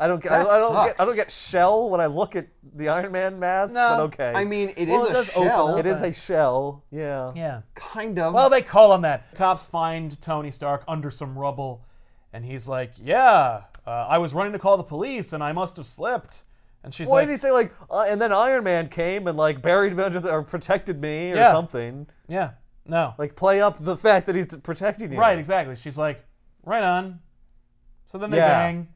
S2: I don't get. I, don't- I don't get. I don't
S3: sucks.
S2: get shell when I look at the Iron Man mask. but okay.
S3: I mean, it is
S1: Well, it
S3: a
S1: does open
S3: shell.
S1: up.
S2: it is a shell. Yeah.
S1: Yeah.
S3: kind of.
S1: Well, they call him that. Cops find Tony Stark under some rubble, and he's like, "Yeah, uh, I was running to call the police, and I must have slipped." And she's
S2: Why
S1: like,
S2: did he say like? Uh, and then Iron Man came and like buried me under the, or protected me or
S1: Yeah.
S2: something.
S1: "Yeah, no,
S2: Like play up the fact that he's protecting you.
S1: right, exactly." She's like, "Right on." So then they
S2: Yeah.
S1: bang,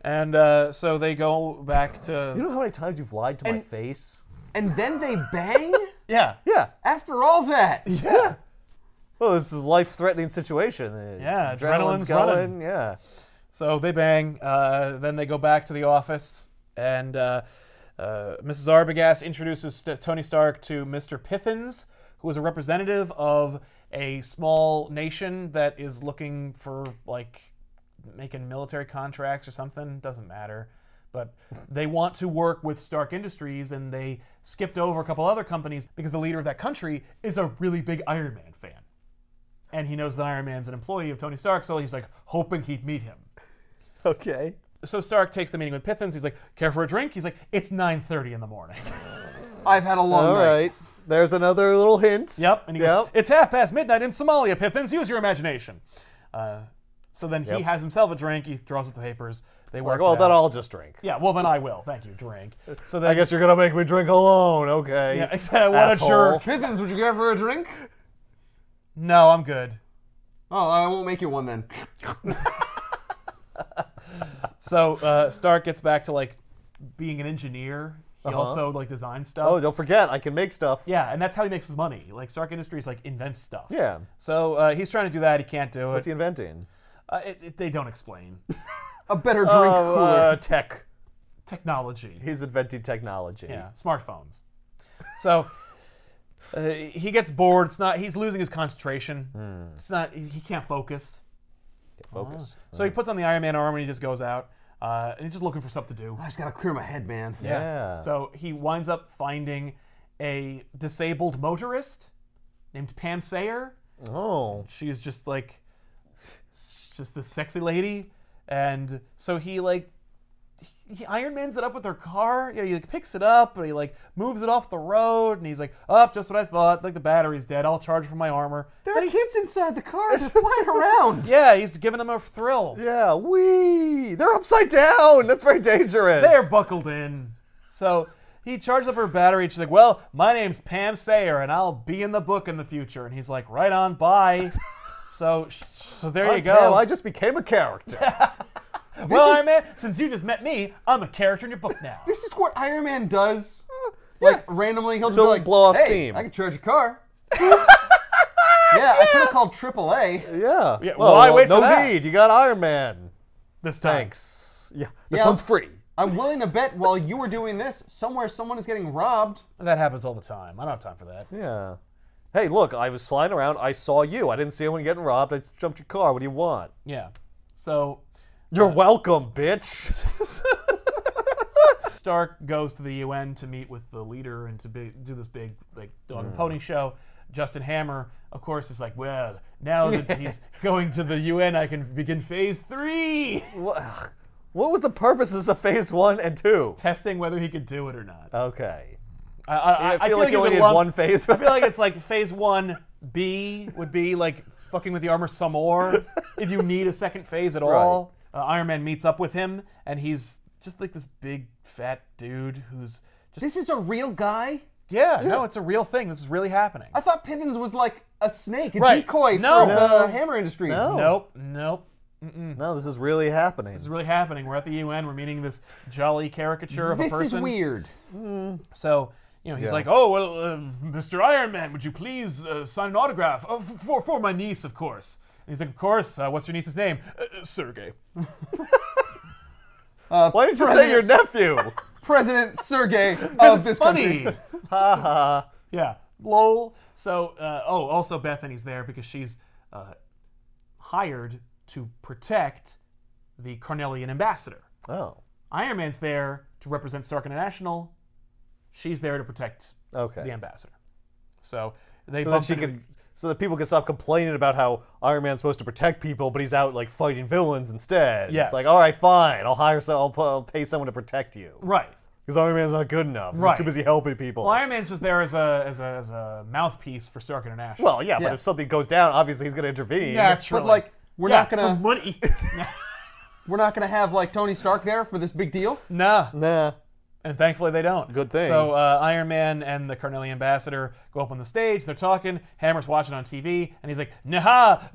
S1: and uh, so they go back to
S2: You know how many times you've lied to my face?
S3: and then they bang
S1: yeah,
S2: Yeah.
S3: after all that.
S2: Yeah. Well, this is a life-threatening situation. The
S1: Yeah,
S2: adrenaline's
S1: adrenaline's
S2: going.
S1: running.
S2: Yeah.
S1: So they bang. Uh, then they go back to the office, and uh, uh, Mrs. Arbogast introduces St- Tony Stark to Mr. Pithens, who is a representative of a small nation that is looking for like making military contracts or something. Doesn't matter. But they want to work with Stark Industries, and they skipped over a couple other companies because the leader of that country is a really big Iron Man fan. And he knows that Iron Man's an employee of Tony Stark, so he's like hoping he'd meet him
S2: Okay.
S1: so Stark takes the meeting with Pithens. He's like, "Care for a drink?" He's like, "It's 9:30 in the morning."
S3: I've had a long
S2: All
S3: night.
S2: right. There's another little hint.
S1: yep. And he goes,
S2: yep.
S1: "It's half past midnight in Somalia, Pithens. Use your imagination." Uh, so then he has himself a drink. He draws up the papers. They work.
S2: Like, well,
S1: it out.
S2: then I'll just drink.
S1: Yeah. Well, then I will. Thank you. Drink. So then
S2: I guess you're gonna make me drink alone. Okay.
S1: Yeah, exactly. What a
S2: asshole.
S1: jerk.
S3: Pithens, would you care for a drink?
S1: No, I'm good.
S3: Oh, I won't make you one then.
S1: So uh, Stark gets back to like being an engineer. He also like designs stuff.
S2: Uh-huh. Oh, don't forget, I can make stuff.
S1: yeah, and that's how he makes his money. Like Stark Industries like invents stuff.
S2: Yeah.
S1: So uh, he's trying to do that. He can't do
S2: What's
S1: it.
S2: he inventing?
S1: Uh, it, it they don't explain.
S3: A better drink
S2: Oh,
S3: cooler.
S2: uh, tech.
S1: technology.
S2: He's inventing technology.
S1: Yeah, smartphones. So uh, he gets bored. It's not. He's losing his concentration. It's not. He, he can't focus.
S2: Focus.
S1: So he puts on the Iron Man armor and he just goes out. Uh, and he's just looking for stuff to do.
S3: I just gotta clear my head, man.
S2: Yeah.
S1: So he winds up finding a disabled motorist named Pam Sayer.
S2: Oh.
S1: She's just like, s- just this sexy lady. And so he like, he, he Iron Man's it up with her car. You know, he like picks it up, but he like moves it off the road, and he's like, "Up, just what I thought. Like the battery's dead. I'll charge for my armor."
S3: There are kids inside the car just flying around.
S1: Yeah, he's giving him a thrill.
S2: Yeah. Wee. They're upside down. That's very dangerous.
S1: They're buckled in. So he charges up her battery, and she's like, "Well, my name's Pam Sayer, and I'll be in the book in the future." And he's like, "Right on, bye." So, sh- so there you
S2: I-
S1: go.
S2: Damn, I just became a character.
S1: Well, Iron Man, since you just met me, I'm a character in your book now.
S3: This is what Iron Man does. Like randomly, he'll just
S2: Till
S3: be
S2: we
S3: like
S2: blow off
S3: "Hey,
S2: steam."
S3: I can charge your car. yeah, I could have called AAA.
S2: Yeah.
S1: Yeah, why wait
S2: no
S1: for that?
S2: need. You got Iron Man.
S1: This time.
S2: Thanks. Yeah. This
S3: Yeah.
S2: one's free.
S3: I'm willing to bet while you were doing this, somewhere someone is getting robbed.
S1: That happens all the time. I don't have time for that.
S2: Yeah. Hey, look, I was flying around. I saw you. I didn't see anyone getting robbed. I just jumped your car. What do you want?
S1: Yeah. So
S2: You're welcome, bitch.
S1: Stark goes to the UN to meet with the leader and to be, do this big like dog and pony show. Justin Hammer, of course, is like, well, now that he's going to the UN, I can begin phase three,
S2: what ugh. What was the purposes of phase one and two?
S1: testing whether he could do it or not.
S2: Okay.
S1: I, I,
S2: Uh, I feel, like you
S1: would
S2: only need
S1: lump-
S2: one phase.
S1: I feel like it's like phase one B would be like fucking with the armor some more if you need a second phase at all. Uh, Iron Man meets up with him, and he's just like this big fat dude who's just
S3: This is a real guy.
S1: yeah, no, it's a real thing. This is really happening.
S3: I thought Pithens was like a snake, a
S1: Right.
S3: decoy
S1: No.
S3: for
S2: No.
S3: the hammer industry.
S2: No.
S1: Nope, nope.
S2: no, this is really happening.
S1: It's really happening. We're at the UN. We're meeting this jolly caricature of
S3: This
S1: a
S3: is
S1: person.
S3: weird.
S1: So You know, he's like, "Oh well, uh, Mr. Iron Man, would you please uh, sign an autograph oh, f- for for my niece, of course." And he's like, "Of course. Uh, what's your niece's name?" Uh, uh, Sergey.
S2: Why didn't you say your nephew? ha
S3: President Sergey of
S1: It's
S3: this
S1: funny.
S3: country.
S2: ha.
S1: yeah. Lol. So, uh, oh, also Bethany's there because she's uh, hired to protect the Carnelian ambassador.
S2: Oh,
S1: Iron Man's there to represent Stark International. She's there to protect
S2: okay.
S1: the ambassador. So they
S2: so that
S1: bump
S2: she
S1: into-
S2: could, so that people could stop complaining about how Iron Man's supposed to protect people, but he's out like fighting villains instead.
S1: Yes.
S2: It's like, all right, fine, I'll hire, so I'll, pu- I'll pay someone to protect you
S1: right.
S2: because Iron Man's not good enough. He's
S1: Right.
S2: too busy helping people.
S1: Well, Iron Man's just there as a as a, as a mouthpiece for Stark International.
S2: Well, yeah,
S3: Yeah.
S2: but if something goes down, obviously he's going to intervene.
S1: Naturally.
S3: But like, we're
S1: Yeah,
S3: not gonna
S1: for money.
S3: we're not gonna have like Tony Stark there for this big deal.
S1: nah.
S2: Nah.
S1: And thankfully they don't.
S2: Good thing.
S1: So uh, Iron Man and the Carnelian ambassador go up on the stage. They're talking. Hammer's watching on TV, and he's like, "Naha,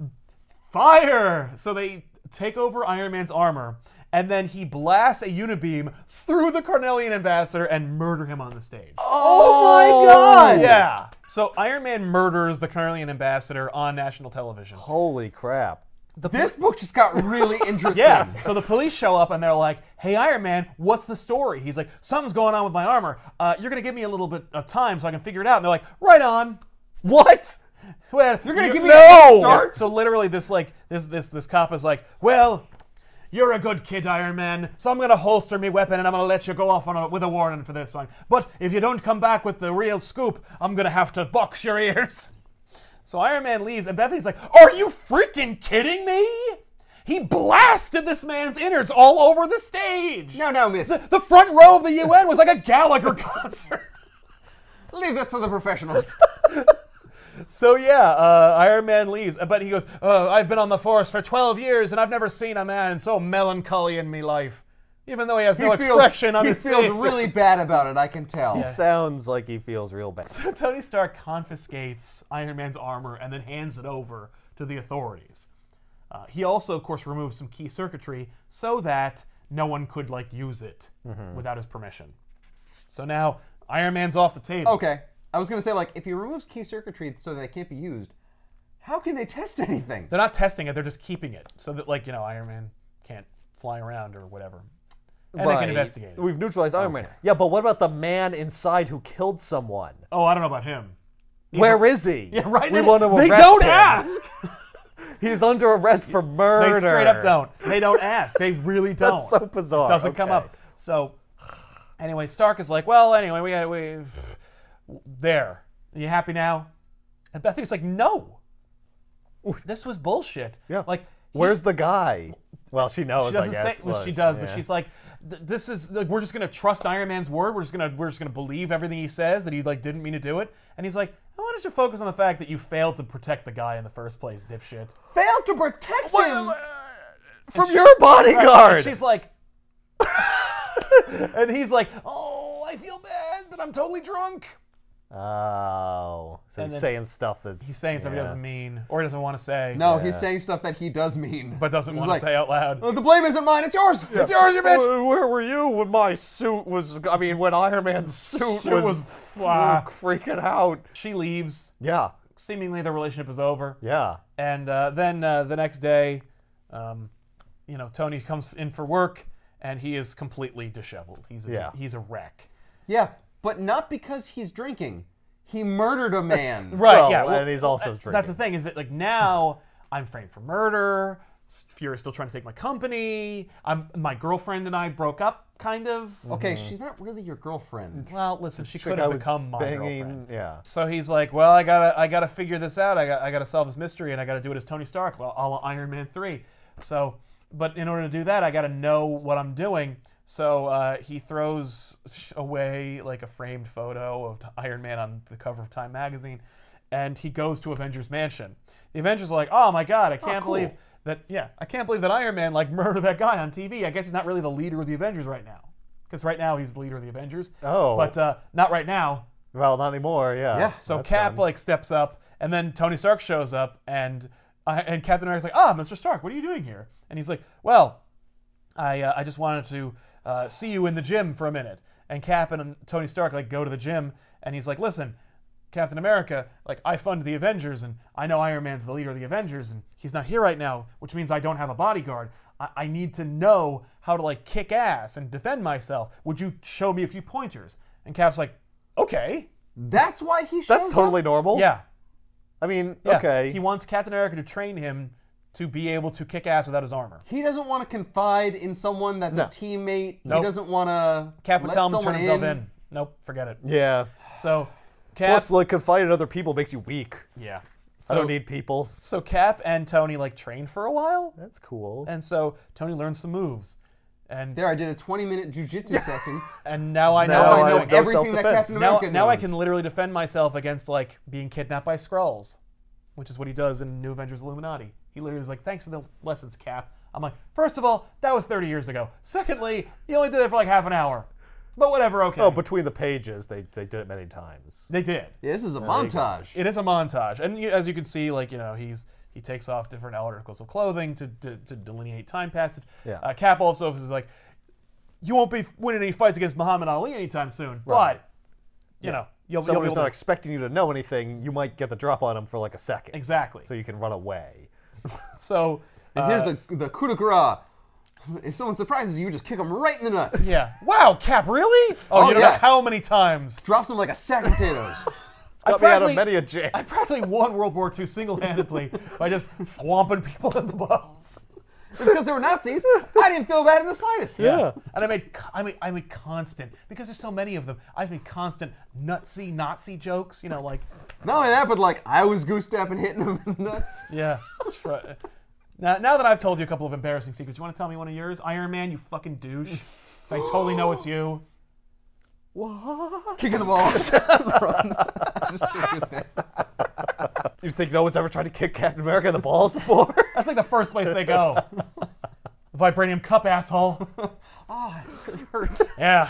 S1: fire!" So they take over Iron Man's armor, and then he blasts a unibeam through the Carnelian ambassador and murder him on the stage.
S3: Oh my God!
S1: Yeah. So Iron Man murders the Carnelian ambassador on national television.
S2: Holy crap.
S3: This book just got really interesting.
S1: Yeah. So the police show up and they're like, "Hey, Iron Man, what's the story?" He's like, "Something's going on with my armor. Uh, you're gonna give me a little bit of time so I can figure it out." And they're like, "Right on."
S2: What?
S1: Well, you're
S3: gonna give me a
S1: no.
S3: head start?
S1: So literally, this like this this this cop is like, "Well." You're a good kid, Iron Man. So I'm gonna holster me weapon and I'm gonna let you go off on a, with a warning for this one. But if you don't come back with the real scoop, I'm gonna have to box your ears. So Iron Man leaves, and Bethany's like, Are you freaking kidding me? He blasted this man's innards all over the stage.
S3: No, no, miss.
S1: The front row of the UN was like a Gallagher concert.
S3: Leave this to the professionals.
S1: So yeah, uh, Iron Man leaves, Uh, but he goes, uh, "I've been on the force for 12 years, and I've never seen a man so melancholy in me life." Even though he has no
S3: He feels-
S1: expression on
S3: he
S1: his
S3: feels
S1: face.
S3: really bad about it. I can tell.
S2: He sounds like he feels real bad.
S1: Tony Stark confiscates Iron Man's armor and then hands it over to the authorities. Uh, he also, of course, removes some key circuitry so that no one could like use it
S3: Mm-hmm.
S1: without his permission. So now Iron Man's off the table.
S3: Okay. I was gonna say like, if he removes key circuitry so that it can't be used, how can they test anything?
S1: They're not testing it; they're just keeping it so that like you know Iron Man can't fly around or whatever, and they
S2: Right.
S1: can investigate. It.
S2: We've neutralized Iron Man. Yeah, but what about the man inside who killed someone?
S1: Oh, I don't know about him.
S2: Where is he? Yeah,
S1: Right?
S2: We
S1: They-
S2: want to
S1: they
S2: arrest
S1: don't
S2: him.
S1: ask.
S2: He's under arrest for murder.
S1: They straight up don't. They don't ask. They really don't.
S2: That's so bizarre.
S1: doesn't come
S2: Okay.
S1: up. So anyway, Stark is like, well, anyway, we uh, we there. You happy now? And Bethany's like, no. This was bullshit.
S2: Yeah.
S1: Like he-
S2: Where's the guy? Well, she knows.
S1: she doesn't
S2: I guess.
S1: say well, she
S2: Was,
S1: does,
S2: yeah.
S1: but she's like, "Th- this is like, we're just gonna trust Iron Man's word. We're just gonna we're just gonna believe everything he says that he like didn't mean to do it. And he's like, why don't you focus on the fact that you failed to protect the guy in the first place, dipshit?
S3: Failed to protect him.
S2: from your bodyguard.
S1: And she's like, and he's like, oh, I feel bad, but I'm totally drunk.
S2: oh, so he's
S1: then-
S2: saying stuff that's
S1: He's saying something he doesn't mean or he doesn't want to say.
S3: No, he's saying stuff that he does mean,
S1: But doesn't want
S3: like-
S1: to say out loud.
S3: the blame isn't mine. It's yours. It's yours, you bitch.
S2: Where, where were you when my suit was? I mean, when Iron Man's suit
S1: Suit
S2: was,
S1: was-
S2: fl-
S1: ah.
S2: freaking out.
S1: She leaves.
S2: Yeah,
S1: Seemingly the relationship is over.
S2: yeah.
S1: And uh, then uh, the next day, um, you know, Tony comes in for work and he is completely disheveled. He's a,
S2: Yeah.
S1: he's a wreck.
S3: Yeah, but not because he's drinking. He murdered a man.
S1: Right.
S2: Well,
S1: yeah. well,
S2: and he's also drinking.
S1: That's the thing is that like now I'm framed for murder. Fury's still trying to take my company. I'm my girlfriend and I broke up, kind of.
S3: Okay, she's not really your girlfriend.
S1: Well, listen, she
S2: Chick
S1: could
S2: I
S1: have
S2: was
S1: become my
S2: banging.
S1: girlfriend.
S2: Yeah.
S1: So he's like, well, I gotta, I gotta figure this out. I got, I gotta solve this mystery, and I gotta do it as Tony Stark, a la Iron Man three. So, but in order to do that, I gotta know what I'm doing. So uh, he throws away like a framed photo of Iron Man on the cover of Time magazine, and he goes to Avengers Mansion. The Avengers are like, oh my god, I can't
S3: cool.
S1: believe that. Yeah, I can't believe that Iron Man like murdered that guy on TV. I guess he's not really the leader of the Avengers right now, because right now he's the leader of the Avengers.
S2: Oh.
S1: but uh, not right now.
S2: Well, not anymore. Yeah.
S3: Yeah,
S1: So Cap like steps up, and then Tony Stark shows up, and I and Captain America's like, "Ah, Mr. Stark, what are you doing here?" And he's like, "Well, I uh, I just wanted to uh, see you in the gym for a minute." and Cap and Tony Stark like go to the gym, and he's like, "Listen, Captain America, like I fund the Avengers, and I know Iron Man's the leader of the Avengers, and he's not here right now, which means I don't have a bodyguard. I, I need to know how to like kick ass and defend myself. Would you show me a few pointers?" And Cap's like, "Okay,
S3: That's why he.
S2: That's
S3: shows
S2: totally
S3: up?
S2: normal.
S1: yeah."
S2: I mean,
S1: Yeah.
S2: okay.
S1: He wants Captain America to train him to be able to kick ass without his armor.
S3: He doesn't want to confide in someone that's
S2: No.
S3: a teammate.
S1: Nope.
S3: He doesn't want to.
S1: Cap would tell him to turn himself in. Nope, forget it.
S2: yeah.
S1: So Cap,
S2: Plus, like confiding in other people makes you weak.
S1: yeah.
S2: I
S1: So-
S2: don't need people.
S1: So Cap and Tony like train for a while,
S2: That's cool.
S1: and so Tony learns some moves, and
S3: There, I did a 20 minute jujitsu session.
S1: and now I know
S2: Now
S1: I
S2: I
S1: know
S2: have no
S1: every-
S3: everything that
S2: self-defense.
S3: Captain
S1: now,
S3: America
S1: now I
S3: knows.
S1: can literally defend myself against like being kidnapped by Skrulls, which is what he does in New Avengers Illuminati. He literally is like, "Thanks for the lessons, Cap." I'm like, first of all, that was 30 years ago. Secondly, you only did it for like half an hour, but whatever. Okay.
S2: oh, between the pages, they they did it many times.
S1: they did.
S3: Yeah, this is a montage.
S1: it is a montage, and you, as you can see, like you know, he's he takes off different articles of clothing to to, to delineate time passage.
S2: Yeah.
S1: Uh, Cap also is like, you won't be winning any fights against Muhammad Ali anytime soon,
S2: Right.
S1: but you know, you'll, you'll
S2: Someone
S1: be
S2: who's
S1: able to,
S2: not expecting you to know anything, you might get the drop on them for like a second,
S1: exactly.
S2: so you can run away.
S1: So uh,
S3: And here's the the coup de grace. If someone surprises you, you just kick them right in the nuts.
S1: yeah, wow, Cap, really? Oh,
S3: Oh,
S1: you don't know
S3: yeah.
S1: how many times.
S3: Drops them like a sack of potatoes.
S1: I
S2: Got me out of
S1: probably-
S2: many a jam.
S1: I practically won World War II single-handedly by just thwomping people in the balls.
S3: It's because they were Nazis. I didn't feel bad in the slightest.
S2: Yeah.
S1: And I made, co- I made, I made constant because there's so many of them. I just made constant nutsy Nazi jokes. You know, like
S3: Not only that, but like I was goosestepping hitting them in the nuts.
S1: yeah. Try- uh, Now, now that I've told you a couple of embarrassing secrets, you want to tell me one of yours? Iron Man, you fucking douche. I totally know it's you.
S3: Kicking the balls. Run. just kick it back.
S2: You think no one's ever tried to kick Captain America in the balls before?
S1: That's like the first place they go. Vibranium cup, asshole.
S3: Ah, it hurt.
S1: Yeah.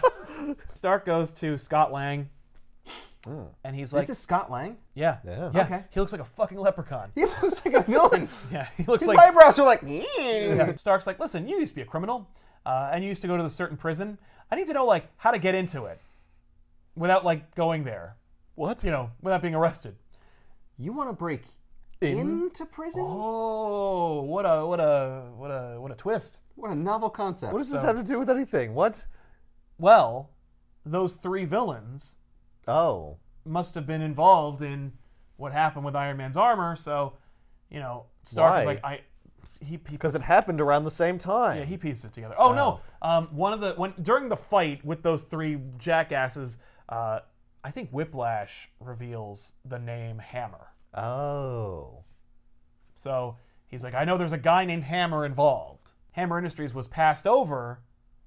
S1: Stark goes to Scott Lang, and he's like,
S3: Hmm. This is Scott Lang.
S1: yeah,
S2: Yeah.
S3: Okay.
S1: He looks like a fucking leprechaun.
S3: He looks like a villain.
S1: Yeah, he looks
S3: His
S1: like
S3: eyebrows are like. "Mm."
S1: Yeah. Stark's like, listen, you used to be a criminal, uh, and you used to go to this certain prison. I need to know like how to get into it, without like going there. What? You know, without being arrested.
S3: You want to break
S2: In-
S3: into prison?
S1: Oh, what a what a what a what a twist.
S3: What a novel concept.
S2: what does this have to do with anything? What?
S1: Well, those three villains
S2: Oh,
S1: must have been involved in what happened with Iron Man's armor. So, you know, Stark is
S2: Why?
S1: like, I he he
S2: because it happened around the same time.
S1: Yeah, he pieced it together. Oh no! Um, one of the when during the fight with those three jackasses, uh, I think Whiplash reveals the name Hammer.
S2: oh,
S1: So he's like, I know there's a guy named Hammer involved. Hammer Industries was passed over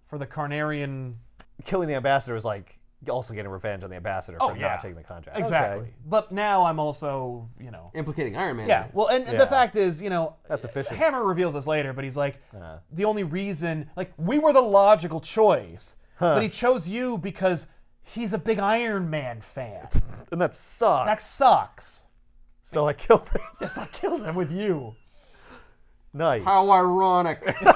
S1: for the Carnarian.
S2: killing the ambassador is like also getting revenge on the ambassador for
S1: Oh, yeah.
S2: not taking the contract.
S1: Exactly.
S2: Okay.
S1: But now I'm also, you know.
S3: Implicating Iron Man.
S1: Yeah. Well, and
S2: Yeah.
S1: the fact is, you know,
S2: That's efficient.
S1: Hammer reveals this later, but he's like,
S2: Uh.
S1: the only reason, like, we were the logical choice, but he chose you because he's a big Iron Man fan.
S2: And that sucks.
S1: That sucks.
S2: so I killed him.
S1: Yes, I killed him with you.
S2: nice.
S3: How ironic.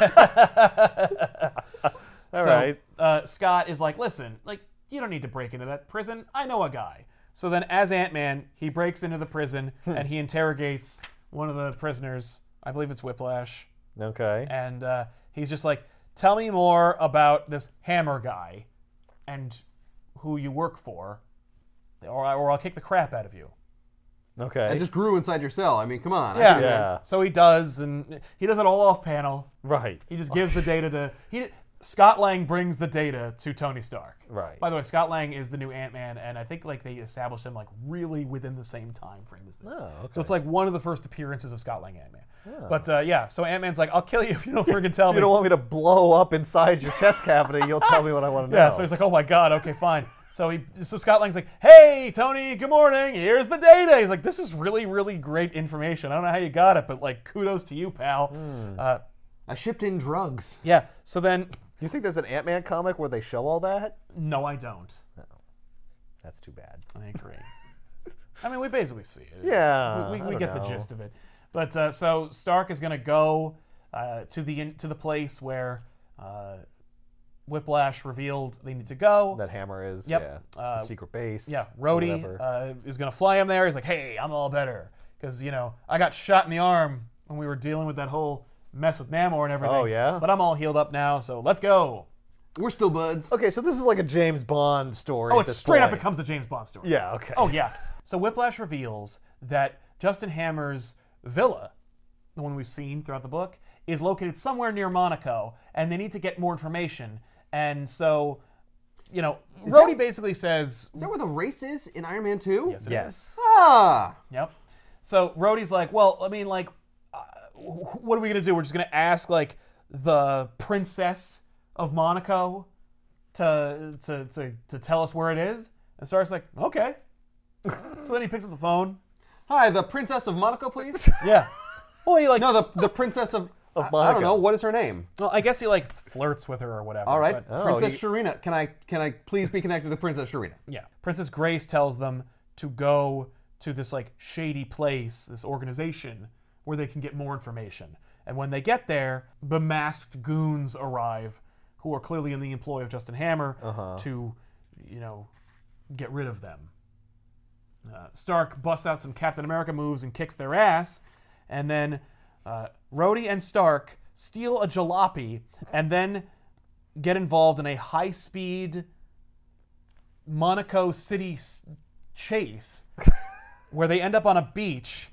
S2: All
S1: so,
S2: right.
S1: Uh, Scott is like, listen, like, you don't need to break into that prison. I know a guy. So then, as Ant Man, he breaks into the prison and he interrogates one of the prisoners. I believe it's Whiplash.
S2: Okay.
S1: and uh, he's just like, "Tell me more about this hammer guy, and who you work for, or I, or I'll kick the crap out of you."
S2: Okay.
S3: I just grew inside your cell. I mean, come on. I
S1: Yeah.
S3: can-
S2: Yeah.
S1: So he does, and he does it all off-panel.
S2: right.
S1: He just gives the data to he. Scott Lang brings the data to Tony Stark.
S2: Right.
S1: By the way, Scott Lang is the new Ant Man, and I think like they established him like really within the same time frame as this.
S2: Oh, okay. Oh.
S1: So it's like one of the first appearances of Scott Lang Ant Man. But uh, yeah, so Ant Man's like, "I'll kill you if you don't freaking tell
S2: If
S1: me."
S2: you don't want me to blow up inside your chest cavity, you'll tell me what I want to know.
S1: Yeah, so he's like, oh my god, okay, fine. So he, so Scott Lang's like, hey, Tony, good morning. Here's the data. He's like, this is really, really great information. I don't know how you got it, but like, kudos to you, pal.
S2: Hmm.
S1: Uh,
S3: I shipped in drugs.
S1: yeah. So then,
S2: Do you think there's an Ant Man comic where they show all that?
S1: no, I don't.
S2: That's too bad.
S1: I agree. I mean, we basically see it.
S2: Yeah,
S1: we, we,
S2: I
S1: we
S2: don't
S1: get the
S2: know.
S1: gist of it. But uh, so Stark is gonna go uh, to the in- to the place where uh, Whiplash revealed they need to go.
S2: that hammer is.
S1: Yep.
S2: Yeah.
S1: Uh,
S2: secret base.
S1: Yeah,
S2: whatever.
S1: Rhodey uh, is gonna fly him there. He's like, "Hey, I'm all better," because you know I got shot in the arm when we were dealing with that whole mess with Namor and everything.
S2: Oh, yeah?
S1: but I'm all healed up now, so let's go.
S3: We're still buds.
S2: okay, so this is like a James Bond story.
S1: Oh,
S2: at
S1: it
S2: this
S1: straight up
S2: point.
S1: becomes a James Bond story.
S2: Yeah. Okay.
S1: Oh yeah. So Whiplash reveals that Justin Hammer's villa, the one we've seen throughout the book, is located somewhere near Monaco, and they need to get more information. And so, you know, Rhodey basically says,
S3: Is that where the race is in Iron Man 2?
S1: "Yes, it is."
S2: Yes.
S3: Ah!
S1: Yep. So Rhodey's like, well, I mean, like, uh, wh- what are we gonna do? We're just gonna ask like the princess of Monaco to to to, to tell us where it is. And Stark's like, okay. so then he picks up the phone.
S3: Hi, the Princess of Monaco, please?
S1: Yeah. Well, he like,
S3: no, the, the Princess of,
S2: Of
S3: I- I
S2: Monaco.
S3: don't know. What is her name?
S1: well, I guess he like flirts with her or whatever.
S3: All right.
S1: but-
S2: Oh,
S3: Princess
S2: you-
S3: Sharina. Can I can I please be connected to Princess Sharina?
S1: Yeah. Princess Grace tells them to go to this like shady place, this organization, where they can get more information. And when they get there, bemasked goons arrive who are clearly in the employ of Justin Hammer to, you know, get rid of them. Uh, Stark busts out some Captain America moves and kicks their ass, and then uh, Rhodey and Stark steal a jalopy and then get involved in a high-speed Monaco city s- chase, where they end up on a beach,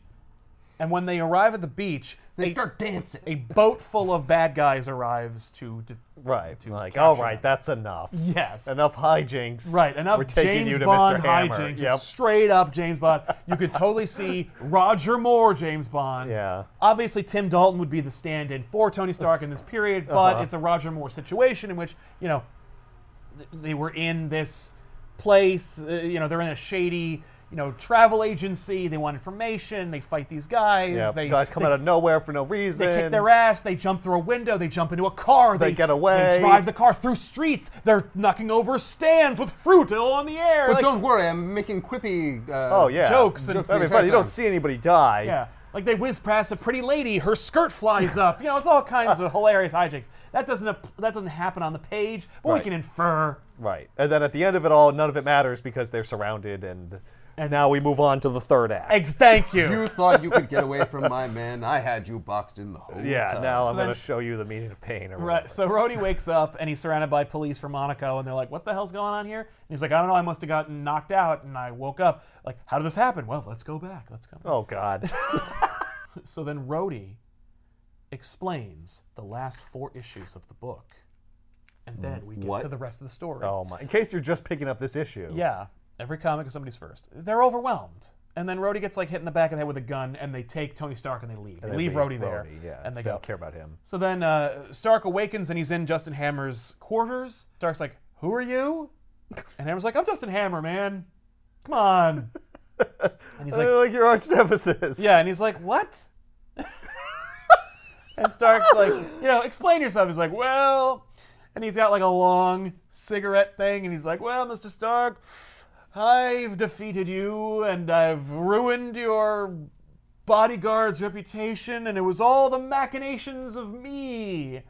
S1: and when they arrive at the beach,
S3: They
S1: a,
S3: start dancing.
S1: a boat full of bad guys arrives to. De-
S2: Right. Like, all right, that's enough.
S1: yes.
S2: Enough hijinks.
S1: Right, enough
S2: We're taking
S1: James
S2: you to
S1: Bond
S2: Mr. Hammer.
S1: hijinks.
S2: Yep.
S1: Straight up James Bond. You could totally see Roger Moore James Bond.
S2: Yeah.
S1: Obviously, Tim Dalton would be the stand-in for Tony Stark in this period,
S2: Uh-huh.
S1: but it's a Roger Moore situation in which you know th- they were in this place. Uh, you know, they're in a shady. You know, travel agency. They want information. They fight these guys.
S2: Yeah.
S1: They
S2: guys come
S1: they-
S2: out of nowhere for no reason.
S1: they kick their ass. They jump through a window. They jump into a car.
S2: They get away.
S1: They drive the car through streets. They're knocking over stands with fruit all in the air.
S3: But
S1: like,
S3: don't worry, I'm making quippy. Uh,
S2: Oh yeah.
S1: jokes and-
S2: I mean, funny, you don't see anybody die.
S1: yeah, like they whiz past a pretty lady. Her skirt flies up. You know, it's all kinds of hilarious hijinks. That doesn't ap- that doesn't happen on the page, but we
S2: Right.
S1: can infer.
S2: Right. And then at the end of it all, none of it matters because they're surrounded, and and now we move on to the third act.
S1: Ex- thank you.
S3: You thought you could get away from my men. I had you boxed in the whole
S2: yeah.
S3: time.
S2: Now I'm
S1: then-
S2: gonna show you the meaning of pain. Or
S1: Right. So Rhodey wakes up and he's surrounded by police from Monaco, and they're like, "What the hell's going on here?" And he's like, "I don't know. I must have gotten knocked out, and I woke up. Like, how did this happen? Well, let's go back. Let's go." back."
S2: Oh God.
S1: So then Rhodey explains the last four issues of the book. And then we get
S3: What?
S1: to the rest of the story.
S2: oh my. In case you're just picking up this issue.
S1: Yeah. Every comic is somebody's first. They're overwhelmed. And then Rhodey gets like hit in the back of the head with a gun and they take Tony Stark and they leave. They,
S2: They
S1: leave, Rhodey there.
S2: Yeah.
S1: And they
S2: don't
S1: go.
S2: care about him.
S1: So then uh, Stark awakens and he's in Justin Hammer's quarters. Stark's like, Who are you? And Hammer's like, I'm Justin Hammer, man. Come on. and he's like,
S2: Uh, like your arch nemesis.
S1: yeah, and he's like, "What?" and Stark's like, "You know, explain yourself." He's like, "Well," and he's got like a long cigarette thing, and he's like, "Well, Mister Stark, I've defeated you, and I've ruined your bodyguard's reputation, and it was all the machinations of me,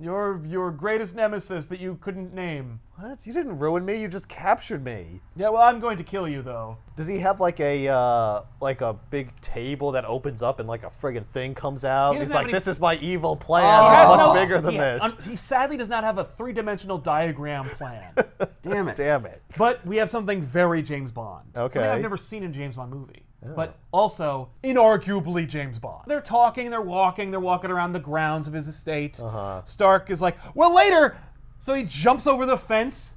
S1: your your greatest nemesis that you couldn't name."
S2: What? You didn't ruin me. You just captured me.
S1: Yeah, well, I'm going to kill you though.
S2: Does he have like a uh, like a big table that opens up and like a friggin' thing comes out?
S1: He
S2: He's
S1: doesn't have
S2: like,
S1: any- Oh,
S2: "This is my evil plan.
S1: He
S2: it's
S1: has
S2: much
S1: no-
S2: Oh, bigger than
S1: he-
S2: this."
S1: un- he sadly does not have a three-dimensional diagram plan.
S3: Damn it.
S2: Damn it.
S1: But we have something very James Bond. Something I've
S2: Okay.
S1: never seen in a James Bond movie. But also, inarguably James Bond. They're talking, they're walking, they're walking around the grounds of his estate. Uh-huh. Stark is like, well, later! So he jumps over the fence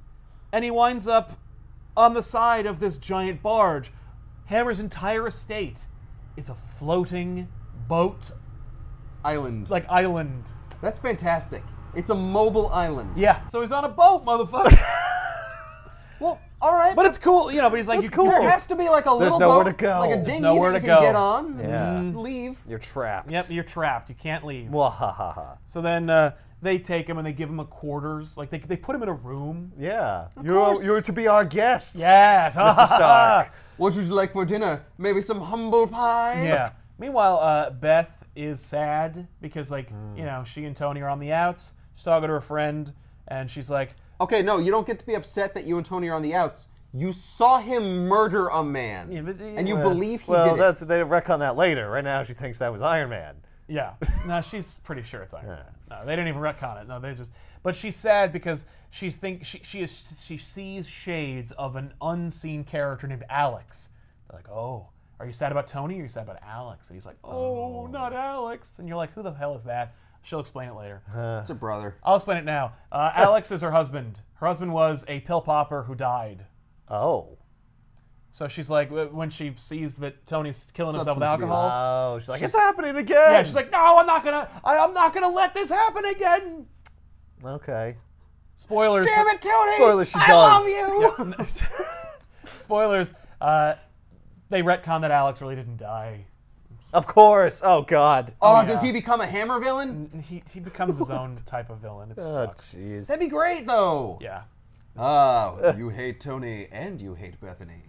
S1: and he winds up on the side of this giant barge. Hammer's entire estate is a floating boat,
S3: Island.
S1: like island.
S3: That's fantastic. It's a mobile island.
S1: Yeah. So he's on a boat, motherfucker.
S3: Well, all right.
S1: but it's cool, you know, but he's like, you,
S2: cool.
S1: you're
S3: There has to be like a
S2: There's
S3: little
S2: nowhere
S3: boat,
S2: to go.
S3: like a
S2: There's
S3: dinghy
S1: nowhere
S3: that
S1: to
S3: you can
S1: go.
S3: get on and
S2: Yeah.
S3: just leave.
S2: You're trapped.
S1: Yep, you're trapped. You can't leave.
S2: Wahaha.
S1: So then uh, they take him and they give him a quarters. Like they, they put him in a room.
S2: Yeah. You're you're to be our guest.
S1: Yes,
S2: Mr. Stark.
S3: What would you like for dinner? Maybe some humble pie?
S1: Yeah. Meanwhile, uh, Beth is sad because like you know she and Tony are on the outs. She's talking to her friend and she's like,
S3: Okay, no, you don't get to be upset that you and Tony are on the outs. You saw him murder a man,
S1: Yeah, but-
S3: and you
S1: Well,
S3: believe he
S2: well,
S3: did
S2: that's they wreck on that later. Right now, she thinks that was Iron Man.
S1: Yeah. No, she's pretty sure it's Iron Man. No, they didn't even retcon it. No, they just. But she's sad because she's think she she is she sees shades of an unseen character named Alex. They're like, oh, are you sad about Tony? or Are you sad about Alex? And he's like, oh, not Alex. And you're like, who the hell is that? She'll explain it later.
S3: it. It's a brother.
S1: I'll explain it now. Uh, Alex is her husband. Her husband was a pill popper who died.
S2: Oh.
S1: So she's like, wh- when she sees that Tony's killing himself with
S3: Substance abuse.
S1: alcohol,
S2: Oh, she's like,
S1: She's-
S2: it's happening again.
S1: yeah, she's like, no, I'm not gonna, I, I'm not gonna let this happen again.
S2: okay.
S1: Spoilers.
S3: Damn it, Tony!
S2: Spoilers, she
S3: I
S2: does. Oh
S3: love you.
S1: Spoilers. Uh, they retcon that Alex really didn't die.
S2: Of course. Oh God.
S3: Oh,
S1: yeah.
S3: does he become a hammer villain?
S1: He, he becomes his own type of villain. It
S2: Oh,
S1: sucks.
S2: jeez.
S3: That'd be great, though.
S1: Yeah.
S3: Oh, you hate Tony and you hate Bethany.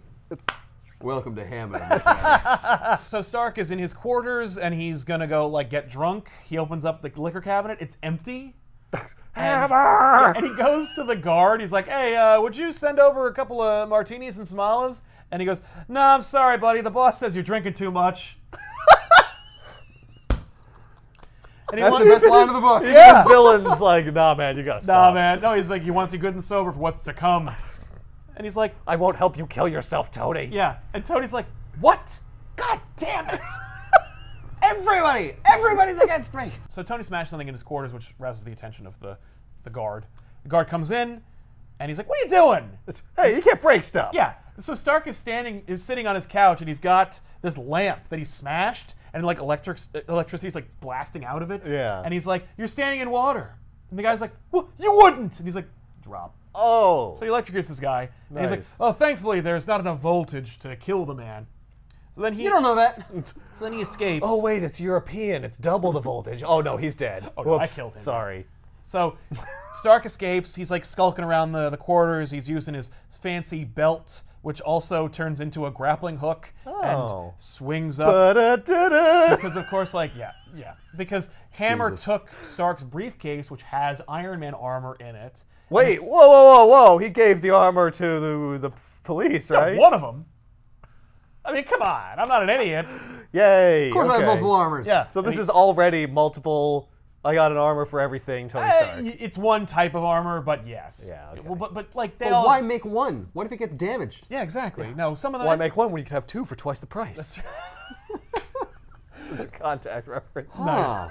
S3: Welcome to Hammer.
S1: So Stark is in his quarters and he's gonna go like get drunk. He opens up the liquor cabinet. It's empty.
S2: Hammer!
S1: And he goes to the guard. He's like, "Hey, uh, would you send over a couple of martinis and some olives?" And he goes, "No, I'm sorry, buddy. The boss says you're drinking too much." and he
S3: That's the
S1: wonders-
S3: best line of the book.
S2: This villain's like, nah, man, you gotta
S1: Nah,
S2: stop.
S1: man. No, he's like, he wants you good and sober for what's to come. And he's like, "Oh,
S2: I won't help you kill yourself, Tony.
S1: yeah. And Tony's like, what? God damn it.
S3: Everybody, everybody's against me.
S1: so Tony smashes something in his quarters, which rouses the attention of the, the guard. The guard comes in, and he's like, what are you doing?
S2: It's- Hey, you can't break stuff.
S1: Yeah. So Stark is standing, is sitting on his couch, and he's got this lamp that he smashed, and like electric, electricity's like blasting out of it.
S2: Yeah.
S1: And he's like, "You're standing in water," and the guy's like, "Well, you wouldn't," and he's like, "Drop."
S2: Oh.
S1: So he electrocutes this guy. And he's like,
S2: Nice.
S1: "Oh, thankfully there's not enough voltage to kill the man." So then he,
S3: You don't know that.
S1: so then he escapes.
S2: oh wait, it's European. It's double the voltage. Oh no, he's dead. Oh
S1: no, I killed him.
S2: Sorry.
S1: So Stark escapes. He's like skulking around the, the quarters. He's using his fancy belt, which also turns into a grappling hook
S2: Oh.
S1: and swings up.
S2: Ba-da-da-da.
S1: Because of course, like yeah, yeah. Because Hammer
S3: Jesus.
S1: took Stark's briefcase, which has Iron Man armor in it.
S2: Wait, whoa, whoa, whoa, whoa! He gave the armor to the, the police, right?
S1: One of them. I mean, come on. I'm not an idiot.
S2: Yay!
S3: Of course, I
S2: okay.
S3: have multiple armors.
S1: Yeah.
S2: So this is already multiple. I got an armor for everything, Tony
S1: Uh,
S2: Stark.
S1: y- it's one type of armor, but yes.
S2: Yeah, okay.
S1: Well, but but like they
S3: But
S1: all.
S3: why make one? What if it gets damaged?
S1: yeah, exactly. No, some of them.
S2: Why make one when you can have two for twice the price? That's a contact reference.
S3: Huh.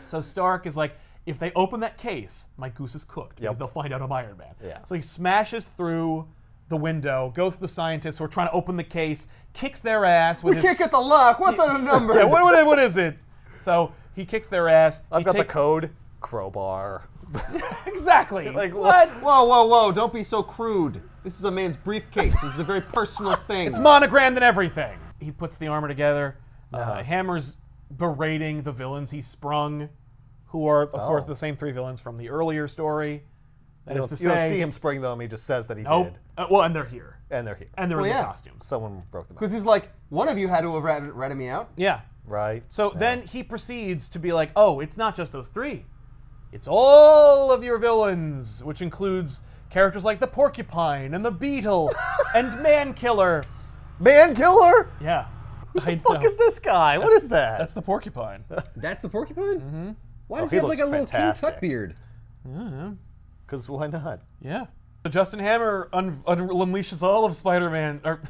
S1: So Stark is like, if they open that case, my goose is cooked because
S2: Yep.
S1: they'll find out I'm Iron Man.
S2: Yeah.
S1: So he smashes through the window, goes to the scientists who are trying to open the case, kicks their ass with
S3: We
S1: his.
S3: can't get the lock. What the numbers?
S1: Yeah, what, what- what is it? So he kicks their ass.
S2: I've
S1: he
S2: got
S1: takes-
S2: the code. Crowbar.
S1: Exactly.
S2: Like,
S3: What?
S2: what?
S3: Whoa, whoa, whoa! Don't be so crude. This is a man's briefcase. This is a very personal thing.
S1: It's monogrammed and everything. He puts the armor together. uh
S2: Uh-huh.
S1: Hammer's berating the villains he sprung, who are, of course, the same three villains from the earlier story. That
S2: Oh. You
S1: is
S2: don't,
S1: to
S2: you
S1: say,
S2: don't see him spring them. He just says that he
S1: Oh,
S2: did,
S1: uh, well, and they're here,
S2: and they're here.
S1: and they're
S3: Well,
S1: in their
S3: yeah.
S1: costumes.
S2: Someone broke them. Out.
S3: Because he's like, one of you had to have ratted, ratted me out.
S1: Yeah.
S2: Right.
S1: So then he proceeds to be like, "Oh, it's not just those three. It's all of your villains, which includes characters like the porcupine and the beetle and man killer."
S2: man killer.
S1: Yeah. I
S2: Fuck
S1: know.
S2: is this guy? What is that?
S1: That's the porcupine.
S3: That's the porcupine. Mm-hmm. Why does
S2: he
S3: he have like
S2: looks
S3: a little King
S2: fantastic.
S3: Tut beard?
S2: Because why not?
S1: yeah. So Justin Hammer un- un- unleashes all of Spider-Man, or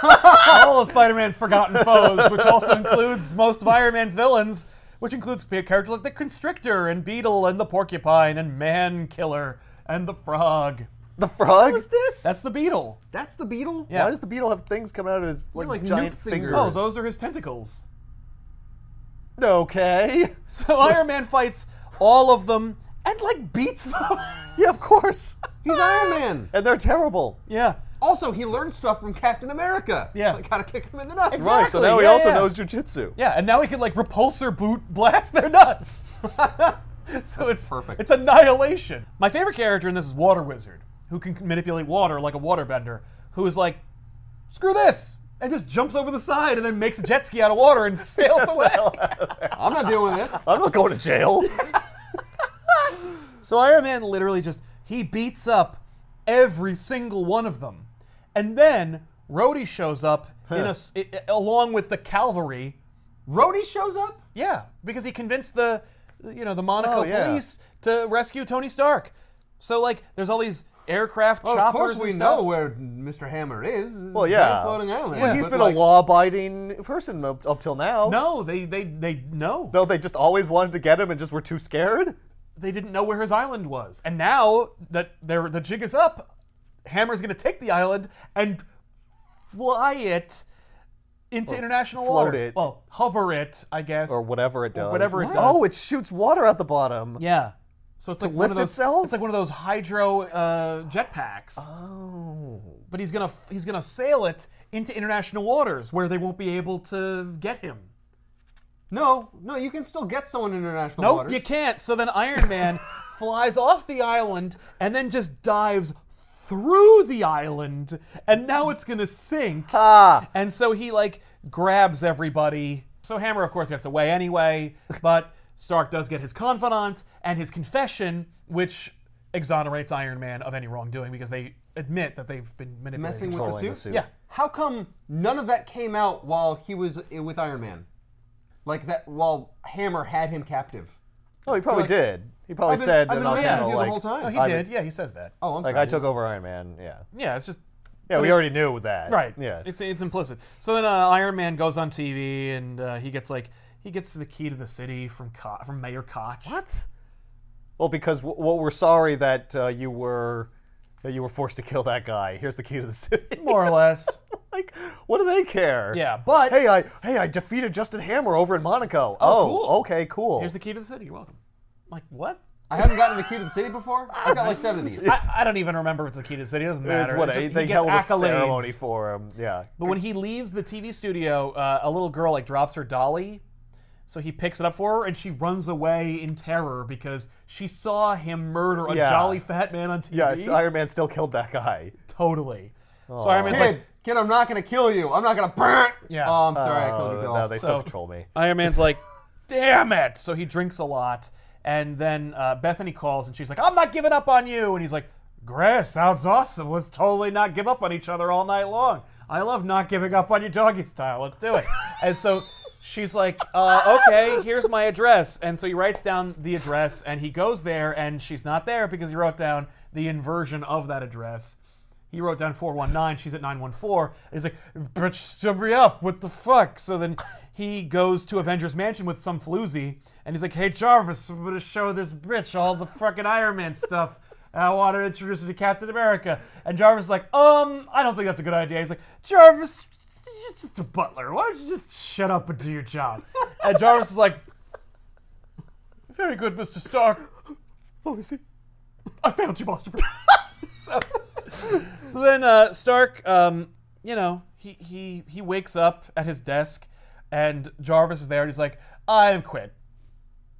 S1: all of Spider-Man's forgotten foes, which also includes most of Iron Man's villains, which includes characters like the Constrictor and Beetle and the Porcupine and Man Killer and the Frog.
S2: The frog.
S3: What is this?
S1: That's the Beetle.
S3: That's the beetle.
S1: Yeah.
S2: Why does the beetle have things coming out of his like,
S3: like
S2: giant
S3: newt
S2: fingers?
S3: fingers.
S1: Oh, those are his tentacles.
S2: okay.
S1: So Iron Man fights all of them and like beats them.
S2: Yeah, of course.
S3: He's Iron Man.
S2: and they're terrible.
S1: yeah.
S3: Also, he learned stuff from Captain America.
S1: Yeah.
S3: Like how to kick him in the nuts.
S1: Exactly.
S2: Right. So now he
S1: yeah,
S2: also
S1: yeah.
S2: knows jujitsu.
S1: Yeah, and now he can like repulsor boot blast their nuts. so it's
S3: perfect.
S1: It's annihilation. My favorite character in this is Water Wizard, who can manipulate water like a waterbender, who is like, screw this, and just jumps over the side and then makes a jet ski out of water and sails away.
S3: I'm not dealing with this.
S2: I'm not going to jail.
S1: So Iron Man literally just he beats up every single one of them, and then Rhodey shows up in a s i along with the cavalry.
S3: Rhodey shows up?
S1: Yeah, because he convinced the you know the Monaco
S2: Oh, yeah.
S1: police to rescue Tony Stark. So like, there's all these aircraft
S2: Oh,
S3: Well,
S1: choppers.
S3: of course, we
S1: and
S3: know
S1: stuff.
S3: where Mr. Hammer is.
S2: Well, yeah.
S3: floating island.
S2: Well, he's
S3: But,
S2: been
S3: like,
S2: a law-abiding person up, up till now.
S1: No, they they they no.
S2: No, they just always wanted to get him and just were too scared.
S1: they didn't know where his island was. And now that they're, the jig is up, Hammer's going to take the island and fly it into international
S2: float
S1: waters.
S2: it.
S1: Well, hover it, I guess.
S2: Or whatever it does.
S1: whatever it What? does.
S2: Oh, it shoots water at the bottom.
S1: yeah. So it's like one of
S2: lift
S1: those,
S2: itself?
S1: It's like one of those hydro uh, jetpacks.
S2: Oh.
S1: But he's gonna f- he's gonna sail it into international waters where they won't be able to get him.
S3: No, no, you can still get someone in international
S1: Nope,
S3: waters.
S1: you can't. So then Iron Man flies off the island and then just dives through the island, and now it's gonna sink.
S2: Ah.
S1: And so he like grabs everybody. So Hammer, of course, gets away anyway, but Stark does get his confidant and his confession, which exonerates Iron Man of any wrongdoing because they admit that they've been
S3: Messing
S1: manipulating.
S3: with the
S2: Controlling
S3: suit?
S2: the suit.
S1: yeah,
S3: How come none of that came out while he was i- with Iron Man? Like that, while Hammer had him captive.
S2: Oh, he probably
S3: Like-
S2: did. He probably
S3: I've been-
S2: said
S3: I've
S2: and
S3: been
S2: on
S3: around
S2: panel,
S3: you the
S2: like,
S3: whole time.
S1: no, Oh, he
S2: I'm-
S1: did. Yeah, he says that.
S3: Oh, I'm
S2: Like
S3: sorry.
S2: I took over Iron Man. Yeah.
S1: Yeah, it's just
S2: Yeah, we already knew that.
S1: Right.
S2: Yeah.
S1: It's it's implicit. So then uh, Iron Man goes on TV and uh, he gets like he gets the key to the city from Co- from Mayor Koch.
S2: What? Well, because w- well, we're sorry that uh, you were that you were forced to kill that guy. Here's the key to the city.
S1: More or less.
S2: like, what do they care?
S1: Yeah, but
S2: Hey, I hey, I defeated Justin Hammer over in Monaco. Oh,
S1: cool.
S2: okay, cool.
S1: here's the key to the city. You're welcome. Like what?
S3: I haven't gotten the key to the city before. I got like seven of these.
S1: I, I don't even remember what's the key to the city. It doesn't
S2: it's
S1: matter.
S2: what
S1: It's
S2: they-
S1: just- he
S2: they
S1: gets
S2: held
S1: accolades.
S2: a ceremony for him. Yeah.
S1: But when he leaves the TV studio, uh, a little girl like drops her dolly. So he picks it up for her, and she runs away in terror because she saw him murder a
S2: Yeah.
S1: jolly fat man on TV.
S2: Yeah, it's Iron Man still killed that guy.
S1: totally. So Iron Man's
S3: Kid,
S1: like,
S3: kid, I'm not gonna kill you. I'm not gonna burn.
S1: Yeah.
S3: Oh, I'm sorry, I killed
S2: Oh,
S3: your
S2: no,
S3: dog.
S2: they
S1: So-
S2: still control me.
S1: Iron Man's like, damn it. So he drinks a lot. And then uh, Bethany calls and she's like, I'm not giving up on you. And he's like, Great, sounds awesome. Let's totally not give up on each other all night long. I love not giving up on you doggy style. Let's do it. and so she's like, uh, Okay, here's my address. And so he writes down the address and he goes there and she's not there because he wrote down the inversion of that address. He wrote down 419, she's at 914. And he's like, bitch, sober me up, what the fuck? So then he goes to Avengers Mansion with some floozy, and he's like, hey, Jarvis, I'm gonna show this bitch all the fucking Iron Man stuff. and I want to introduce her to Captain America. And Jarvis is like, um, I don't think that's a good idea. He's like, Jarvis, you're just a butler. Why don't you just shut up and do your job? And Jarvis is like, very good, Mr. Stark.
S2: Oh, is he?
S1: I found you, Buster Bruce. so, so then uh, Stark, um, you know, he, he he wakes up at his desk, and Jarvis is there, and he's like, "I am quit.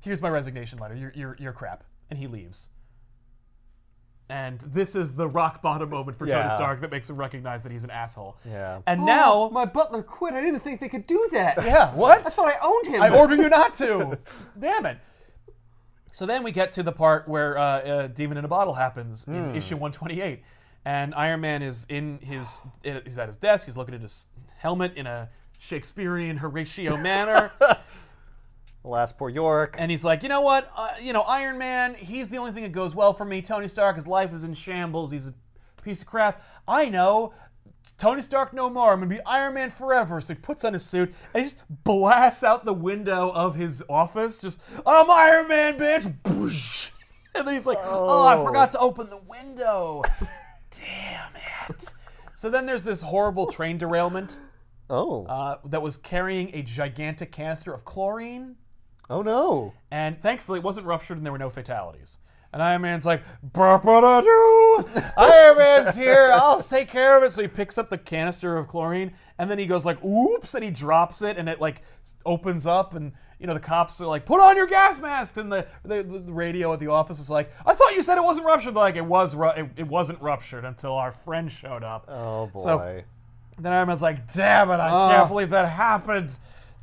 S1: Here's my resignation letter. You're you're, you're crap." And he leaves. And this is the rock bottom moment for Tony
S2: Yeah.
S1: Stark that makes him recognize that he's an asshole.
S2: Yeah.
S1: And
S3: Oh,
S1: now
S3: my butler quit. I didn't think they could do that.
S1: Yeah, what?
S3: I thought I owned him.
S1: I order you not to. Damn it. So then we get to the part where uh, uh, Demon in a Bottle happens in issue 128. And Iron Man is in his, in- he's at his desk, he's looking at his helmet in a Shakespearean Horatio manner.
S2: Last poor York.
S1: and he's like, you know what? Uh, you know, Iron Man, he's the only thing that goes well for me. Tony Stark, his life is in shambles. He's a piece of crap. I know. Tony Stark no more. I'm going to be Iron Man forever. So he puts on his suit and he just blasts out the window of his office. Just, I'm Iron Man, bitch. Boosh. And then he's like, oh, I
S2: Oh.
S1: forgot to open the window. Damn it. So then there's this horrible train derailment
S2: oh.
S1: uh, that was carrying a gigantic canister of chlorine.
S2: oh no.
S1: And thankfully, it wasn't ruptured and there were no fatalities. And Iron Man's like, "Ba-ba-da-doo! Iron Man's here, I'll take care of it. So he picks up the canister of chlorine and then he goes like, oops, and he drops it and it like s- opens up and you know the cops are like, put on your gas masks and the, the, the radio at the office is like, I thought you said it wasn't ruptured. They're like it was ru- it, it wasn't ruptured until our friend showed up.
S2: Oh boy.
S1: So- then Iron Man's like, damn it, I
S3: Ah.
S1: can't believe that happened.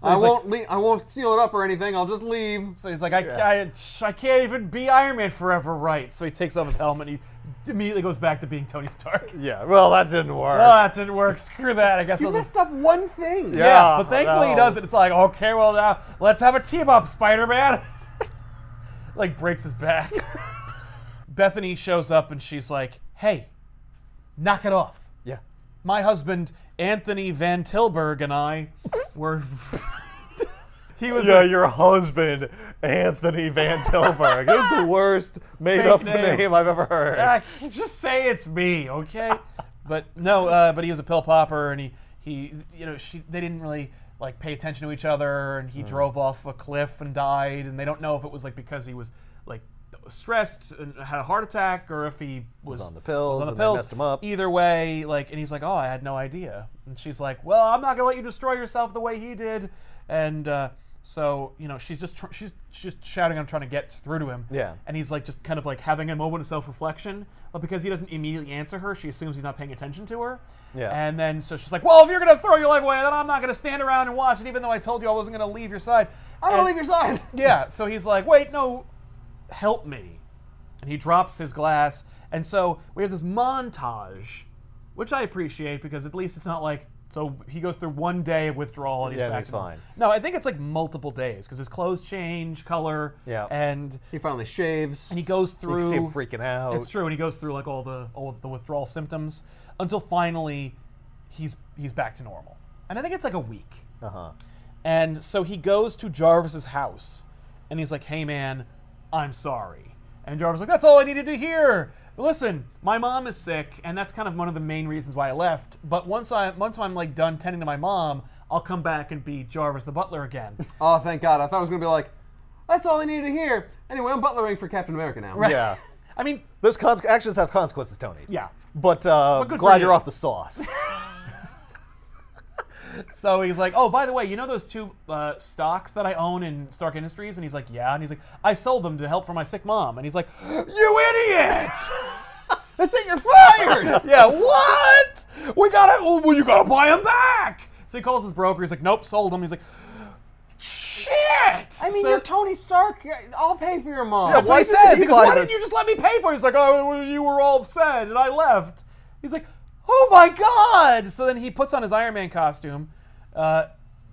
S3: I
S1: he's like-
S3: won't. lea- I won't seal it up or anything. I'll just leave.
S1: So he's like, I, I, I can't even be Iron Man forever, right? So he takes off his helmet and he immediately goes back to being Tony Stark.
S2: Yeah, well, that didn't work.
S1: Oh, that didn't work. Screw that. I guess
S3: You
S1: I'll just.
S3: messed up one thing.
S1: Yeah,
S2: Yeah,
S1: but thankfully he
S2: no.
S1: does it. It's like, okay, well now let's have a team up, Spider Man. like breaks his back. Bethany shows up and she's like, "Hey, knock it off.
S2: yeah.
S1: My husband Anthony Van Tilburg and I were." he was
S2: Yeah,
S1: a
S2: your husband, Anthony Van Tilburg. it was the worst made up
S1: name.
S2: name. I've ever heard.
S1: Ah, just say it's me, okay? but no, uh, but he was a pill popper, and he, he, you know, she, they didn't really like pay attention to each other, and
S2: Mm.
S1: he drove off a cliff and died, and they don't know if it was like because he was like stressed and had a heart attack, or if he was,
S2: on the pills
S1: was on the
S2: and they
S1: pills.
S2: messed him up.
S1: Either way, like, and he's like, oh, I had no idea, and she's like, well, I'm not gonna let you destroy yourself the way he did, and. uh so you know she's just tr- she's she's shouting I'm trying to get through to him
S2: Yeah.
S1: and he's like just kind of like having a moment of self-reflection but because he doesn't immediately answer her she assumes he's not paying attention to her
S2: Yeah.
S1: and then so she's like well if you're gonna throw your life away then i'm not gonna stand around and watch it even though i told you i wasn't gonna leave your side
S3: I don't
S1: And-
S3: leave your side.
S1: yeah so he's like wait no help me and he drops his glass and so we have this montage which i appreciate because at least it's not like so he goes through one day of withdrawal and he's
S2: Yeah, and
S1: back
S2: he's
S1: to normal.
S2: fine.
S1: no i think it's like multiple days because his clothes change color
S2: Yeah.
S1: and
S3: He finally shaves.
S1: and he goes
S2: You
S1: through
S2: can see him freaking out.
S1: it's true, and he goes through like all the all of the withdrawal symptoms until finally he's he's back to normal. And I think it's like a week.
S2: Uh huh.
S1: And so he goes to Jarvis's house and he's like, "Hey man, I'm sorry." And Jarvis is like, "That's all I needed to hear." Listen, my mom is sick, and that's kind of one of the main reasons why I left. But once I once I'm like done tending to my mom, I'll come back and be Jarvis the butler again.
S3: Oh, thank God. I thought I was gonna be like, that's all I needed to hear. Anyway, I'm butlering for Captain America now.
S1: Right.
S2: Yeah.
S1: I mean,
S2: Those cons- actions have consequences, Tony.
S1: yeah.
S2: But uh,
S1: good for
S2: glad
S1: you.
S2: you're off the sauce.
S1: So he's like, "Oh, by the way, you know those two uh, stocks that I own in Stark Industries?" And he's like, "Yeah." And he's like, "I sold them to help for my sick mom." And he's like, "You idiot!"
S3: That's it. You're fired.
S1: yeah, what? We got it. Well, you gotta buy them back. So he calls his broker. He's like, "Nope, sold them." He's like, "Shit!"
S3: I mean,
S1: So-
S3: you're Tony Stark. I'll pay for your mom.
S1: That's what he
S2: Why didn't
S1: says. He
S2: he
S1: goes,
S2: buy
S1: "Why
S2: the-
S1: didn't you just let me pay for it?" He's like, "Oh, well, you were all upset, and I left." He's like, "Oh my god!" So then he puts on his Iron Man costume, uh,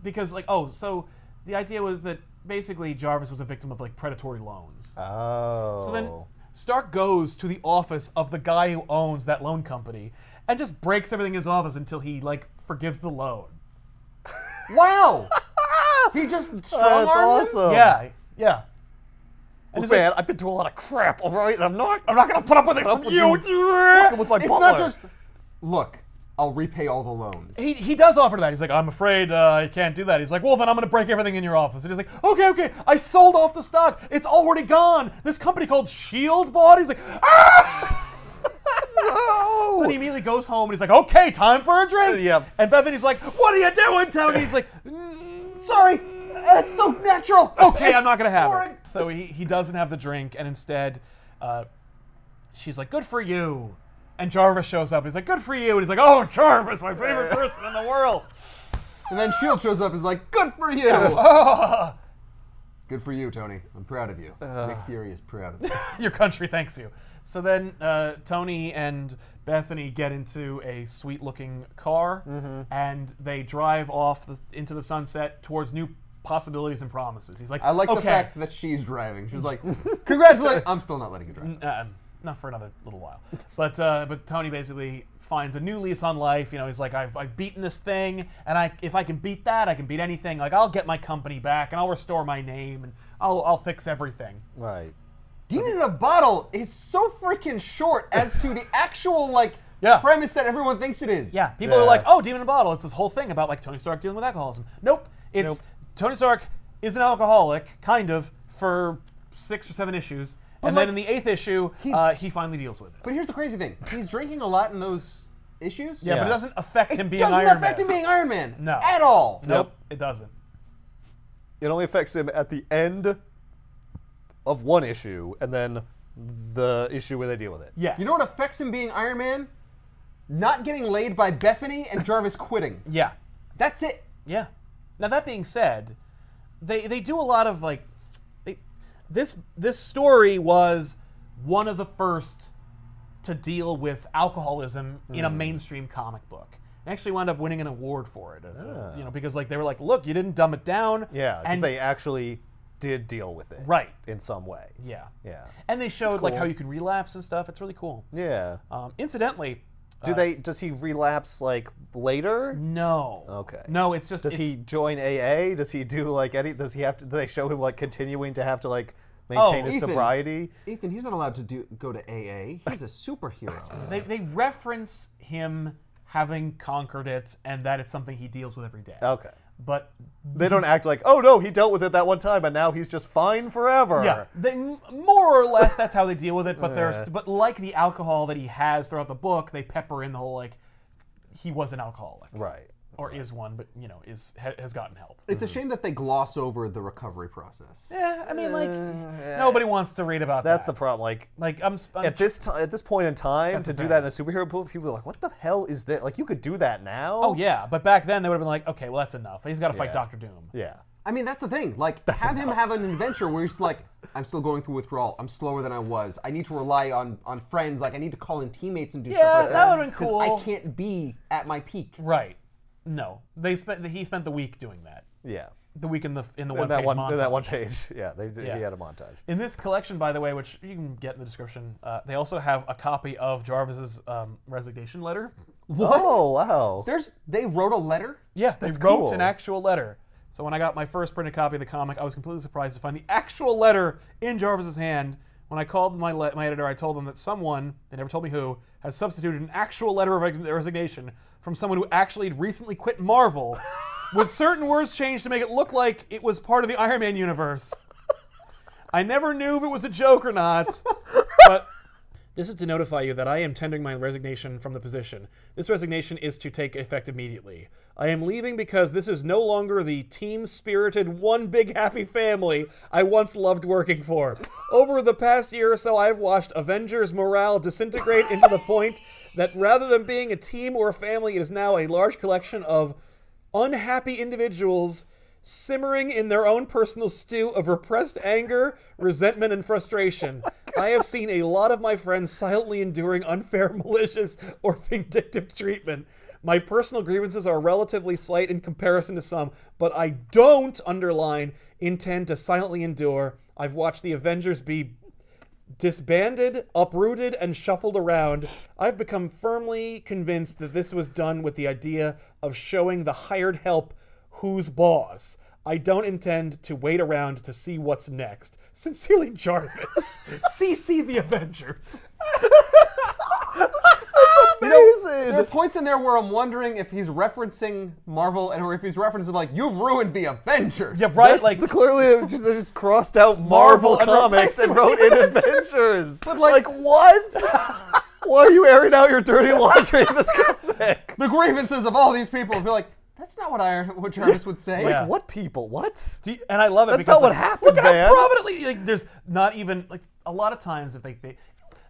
S1: because like, oh, so the idea was that basically Jarvis was a victim of like predatory loans.
S2: oh.
S1: So then Stark goes to the office of the guy who owns that loan company and just breaks everything in his office until he like forgives the loan.
S3: Wow. he just strong
S2: that's awesome.
S1: Yeah, yeah. And he's
S2: Look,
S1: like,
S2: man, I've been through a lot of crap, all right? And I'm not.
S1: I'm not gonna put up with it
S2: Up
S1: from
S2: with
S1: you.
S2: fucking with my
S3: It's
S2: butler.
S3: not just. Look, I'll repay all the loans.
S1: he, he does offer that. He's like, I'm afraid uh, I can't do that. He's like, well, then I'm going to break everything in your office. And he's like, okay, okay, I sold off the stock. It's already gone. This company called Shield bought it. He's like, ah!
S2: No! Uh,
S1: So then he immediately goes home and he's like, okay, time for a drink.
S2: Yep.
S1: And Bethany's like, what are you doing, Tony? He's like, "Mm,
S3: Sorry. That's so natural.
S1: okay, I'm not going to have
S3: boring.
S1: it. So he, he doesn't have the drink. And instead, uh, she's like, good for you. And Jarvis shows up. And he's like, good for you. And he's like, oh, Jarvis, my favorite person in the world.
S3: And then Shield E shows up. and Is like, good for you. Good for you, Tony. I'm proud of you.
S2: Uh.
S3: Nick Fury is proud of you.
S1: your country thanks you. So then uh, Tony and Bethany get into a sweet looking car
S3: Mm-hmm.
S1: and they drive off the, into the sunset towards new possibilities and promises. He's like,
S3: I like
S1: okay,
S3: the fact that she's driving. She's like, congratulations. I'm still not letting you drive.
S1: um, not for another little while. But uh, but Tony basically finds a new lease on life. You know, he's like, I've, I've beaten this thing, and I if I can beat that, I can beat anything. Like I'll get my company back, and I'll restore my name, and I'll I'll fix everything.
S2: Right.
S3: Dean in a Bottle is so freaking short as to the actual like
S1: Yeah.
S3: premise that everyone thinks it is.
S1: Yeah, people are
S2: Yeah.
S1: like, "Oh, demon in a bottle." It's this whole thing about like Tony Stark dealing with alcoholism. Nope, it's
S2: Nope.
S1: Tony Stark is an alcoholic, kind of, for six or seven issues, and
S3: like,
S1: then in the eighth issue, he, uh, he finally deals with it.
S3: But here's the crazy thing: he's drinking a lot in those issues.
S1: yeah, but it
S2: Yeah.
S1: doesn't affect him being
S3: doesn't
S1: Iron
S3: affect
S1: Man.
S3: him being Iron Man.
S1: No.
S3: At all.
S1: nope, it doesn't.
S2: It only affects him at the end of one issue, and then the issue where they deal with it.
S1: Yes.
S3: You know what affects him being Iron Man? Not getting laid by Bethany and Jarvis quitting.
S1: yeah,
S3: That's it.
S1: yeah. Now that being said, they they do a lot of like they, this this story was one of the first to deal with alcoholism in
S2: Hmm.
S1: a mainstream comic book. It actually wound up winning an award for it, uh, you know, because like they were like, look, you didn't dumb it down.
S2: Ah. Yeah, because
S1: and
S2: they actually did deal with it
S1: right,
S2: in some way.
S1: yeah,
S2: Yeah.
S1: and they showed like
S2: cool.
S1: how you can relapse and stuff. It's really cool.
S2: Yeah.
S1: Um, incidentally,
S2: Do they? Does he relapse like later?
S1: no,
S2: Okay.
S1: no, it's just
S2: Does
S1: it's-
S2: he join AA? Does he do like any? Does he have to? Do they show him like continuing to have to like
S1: Oh,
S2: maintain his
S3: Ethan.
S2: sobriety?
S3: Ethan, he's not allowed to do go to AA. He's a superhero.
S1: They, they reference him having conquered it and that it's something he deals with every day.
S2: Okay.
S1: But
S2: They don't act like, oh no, he dealt with it that one time, and now he's just fine forever.
S1: yeah, they, more or less that's how they deal with it. But there's but like the alcohol that he has throughout the book, they pepper in the whole like he was an alcoholic
S2: Right.
S1: or is one, but you know is ha, has gotten help.
S3: it's a shame that they gloss over the recovery process.
S1: Yeah, I mean like Uh, nobody wants to read about
S2: That's
S1: that.
S2: the problem. Like
S1: like I'm, sp- I'm
S2: at this time, at this point in time, to
S1: a
S2: do that in a superhero book, people are like, what the hell is that? Like you could do that now.
S1: oh yeah, but back then they would have been like, okay, well that's enough. He's got to
S2: Yeah.
S1: fight Doctor Doom.
S2: Yeah.
S3: I mean, that's the thing. Like, have him have an adventure where he's like, I'm still going through withdrawal. I'm slower than I was. I need to rely on on friends. Like, I need to call in teammates and do
S1: Yeah,
S3: stuff like
S1: that
S3: that.
S1: would've been
S3: 'cause
S1: cool.
S3: I can't be at my peak.
S1: Right? No, they spent he spent the week doing that.
S2: Yeah.
S1: The week in the in the
S2: In
S1: one
S2: that
S1: page
S2: one,
S1: montage.
S2: in that one page. Yeah. They did,
S1: Yeah.
S2: he had a montage.
S1: In this collection, by the way, which you can get in the description, uh, they also have a copy of Jarvis's um, resignation letter.
S2: Oh wow.
S3: There's they wrote a letter.
S1: Yeah, they
S2: That's
S1: wrote
S2: cool.
S1: an actual letter. So when I got my first printed copy of the comic, I was completely surprised to find the actual letter in Jarvis's hand. When I called my le- my editor, I told them that someone, they never told me who, has substituted an actual letter of reg- resignation from someone who actually had recently quit Marvel, with certain words changed to make it look like it was part of the Iron Man universe. I never knew if it was a joke or not, but this is to notify you that I am tendering my resignation from the position. This resignation is to take effect immediately. I am leaving because this is no longer the team spirited, one big happy family I once loved working for. Over the past year or so, I have watched Avengers morale disintegrate into the point that rather than being a team or a family, it is now a large collection of unhappy individuals simmering in their own personal stew of repressed anger, resentment, and frustration. I have seen a lot of my friends silently enduring unfair, malicious, or vindictive treatment. My personal grievances are relatively slight in comparison to some, but I don't underline intend to silently endure. I've watched the Avengers be disbanded, uprooted, and shuffled around, I've become firmly convinced that this was done with the idea of showing the hired help who's boss. I don't intend to wait around to see what's next. Sincerely, Jarvis. CC the Avengers.
S2: amazing.
S3: There are points in there where I'm wondering if he's referencing Marvel and or if he's referencing like you've ruined the Avengers.
S1: Yeah, right.
S2: That's
S1: like
S2: the- clearly they just, they just crossed out Marvel,
S1: Marvel and
S2: comics and wrote
S1: replaced
S2: in Adventures. But
S3: like-
S2: what? Why are you airing out your dirty laundry in this comic?
S3: The grievances of all these people would be like, that's not what I what Jarvis would say.
S1: Yeah.
S2: What people? What?
S1: Do you- and I love it
S2: That's
S1: because
S2: not what
S1: like,
S2: happened,
S1: Look at
S2: man.
S1: how prominently like there's not even like a lot of times if they, they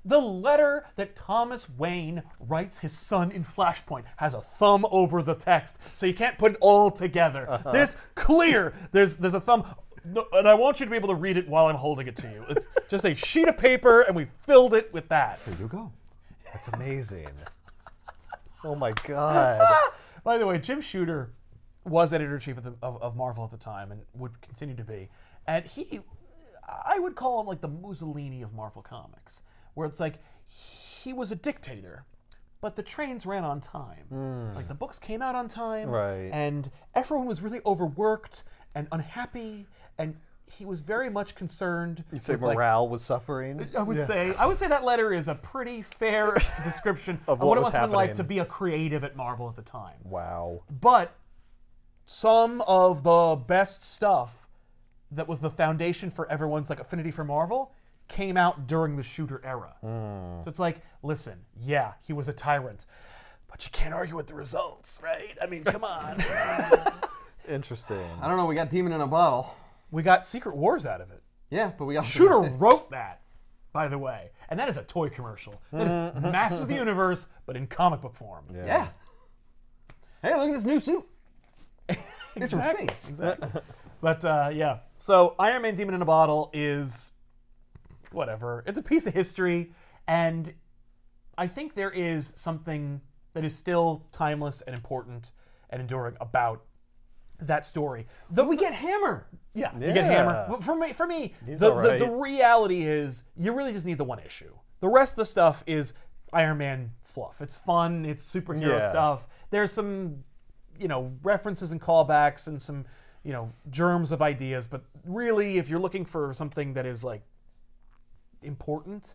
S1: the letter that Thomas Wayne writes his son in Flashpoint has a thumb over the text, so you can't put it all together.
S2: Uh-huh.
S1: This clear. There's there's a thumb. No, and I want you to be able to read it while I'm holding it to you. It's just a sheet of paper, and we filled it with that.
S3: There you go.
S2: That's amazing. Oh my god.
S1: By the way, Jim Shooter was editor in chief of, the- of, of Marvel at the time and would continue to be. And he, I would call him like the Mussolini of Marvel Comics, where it's like he was a dictator, but the trains ran on time. Like the books came out on time.
S2: Hmm. Right.
S1: And everyone was really overworked and unhappy. And he was very much concerned.
S2: You say
S1: with, like,
S2: morale was suffering?
S1: I would say I would say that letter is a pretty fair description of
S2: Of
S1: what, it
S2: what was
S1: must have been like
S2: happening.
S1: to be a creative at Marvel at the time
S2: Wow.
S1: but some of the best stuff that was the foundation for everyone's like affinity for Marvel came out during the shooter era. So it's like, listen, yeah, he was a tyrant, but you can't argue with the results, right? I mean, come on.
S2: Interesting.
S3: I don't know, we got Demon in a Bottle.
S1: we got Secret Wars out of it.
S3: Yeah, but we also
S1: Shooter
S3: got this.
S1: wrote that, by the way, and that is a toy commercial. That is Masters of the Universe, but in comic book form.
S3: Yeah. Hey, look at this new suit. These are
S1: Exactly.
S3: things.
S1: Exactly. but uh, yeah, so Iron Man Demon in a Bottle is whatever. It's a piece of history, and I think there is something that is still timeless and important and enduring about that story. The,
S3: But we get Hammer.
S1: yeah, you get Hammer.
S2: Yeah.
S1: But For me, for me, the,
S2: all
S1: the, the
S2: right.
S1: reality is you really just need the one issue. The rest of the stuff is Iron Man fluff. It's fun. It's superhero
S2: Yeah.
S1: stuff. There's some, you know, references and callbacks and some, you know, germs of ideas. But really, if you're looking for something that is like important,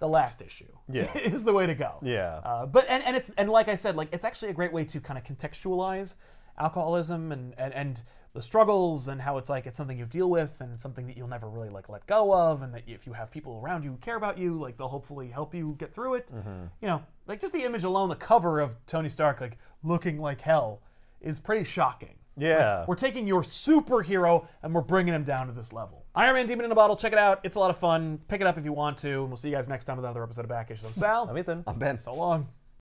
S1: the last issue
S2: Uh-huh. Yeah.
S1: is the way to go.
S2: Yeah.
S1: Uh, but and, and it's and like I said, like it's actually a great way to kind of contextualize alcoholism and, and and the struggles and how it's like it's something you deal with and it's something that you'll never really like let go of and that if you have people around you who care about you, like they'll hopefully help you get through it.
S2: Mm-hmm.
S1: You know, like just the image alone, the cover of Tony Stark like looking like hell is pretty shocking.
S2: Yeah.
S1: We're taking your superhero and we're bringing him down to this level. Iron Man Demon in a Bottle, check it out. It's a lot of fun. Pick it up if you want to. And we'll see you guys next time with another episode of Back Issues. I'm Sal.
S2: I'm Ethan.
S3: I'm Ben.
S1: so long.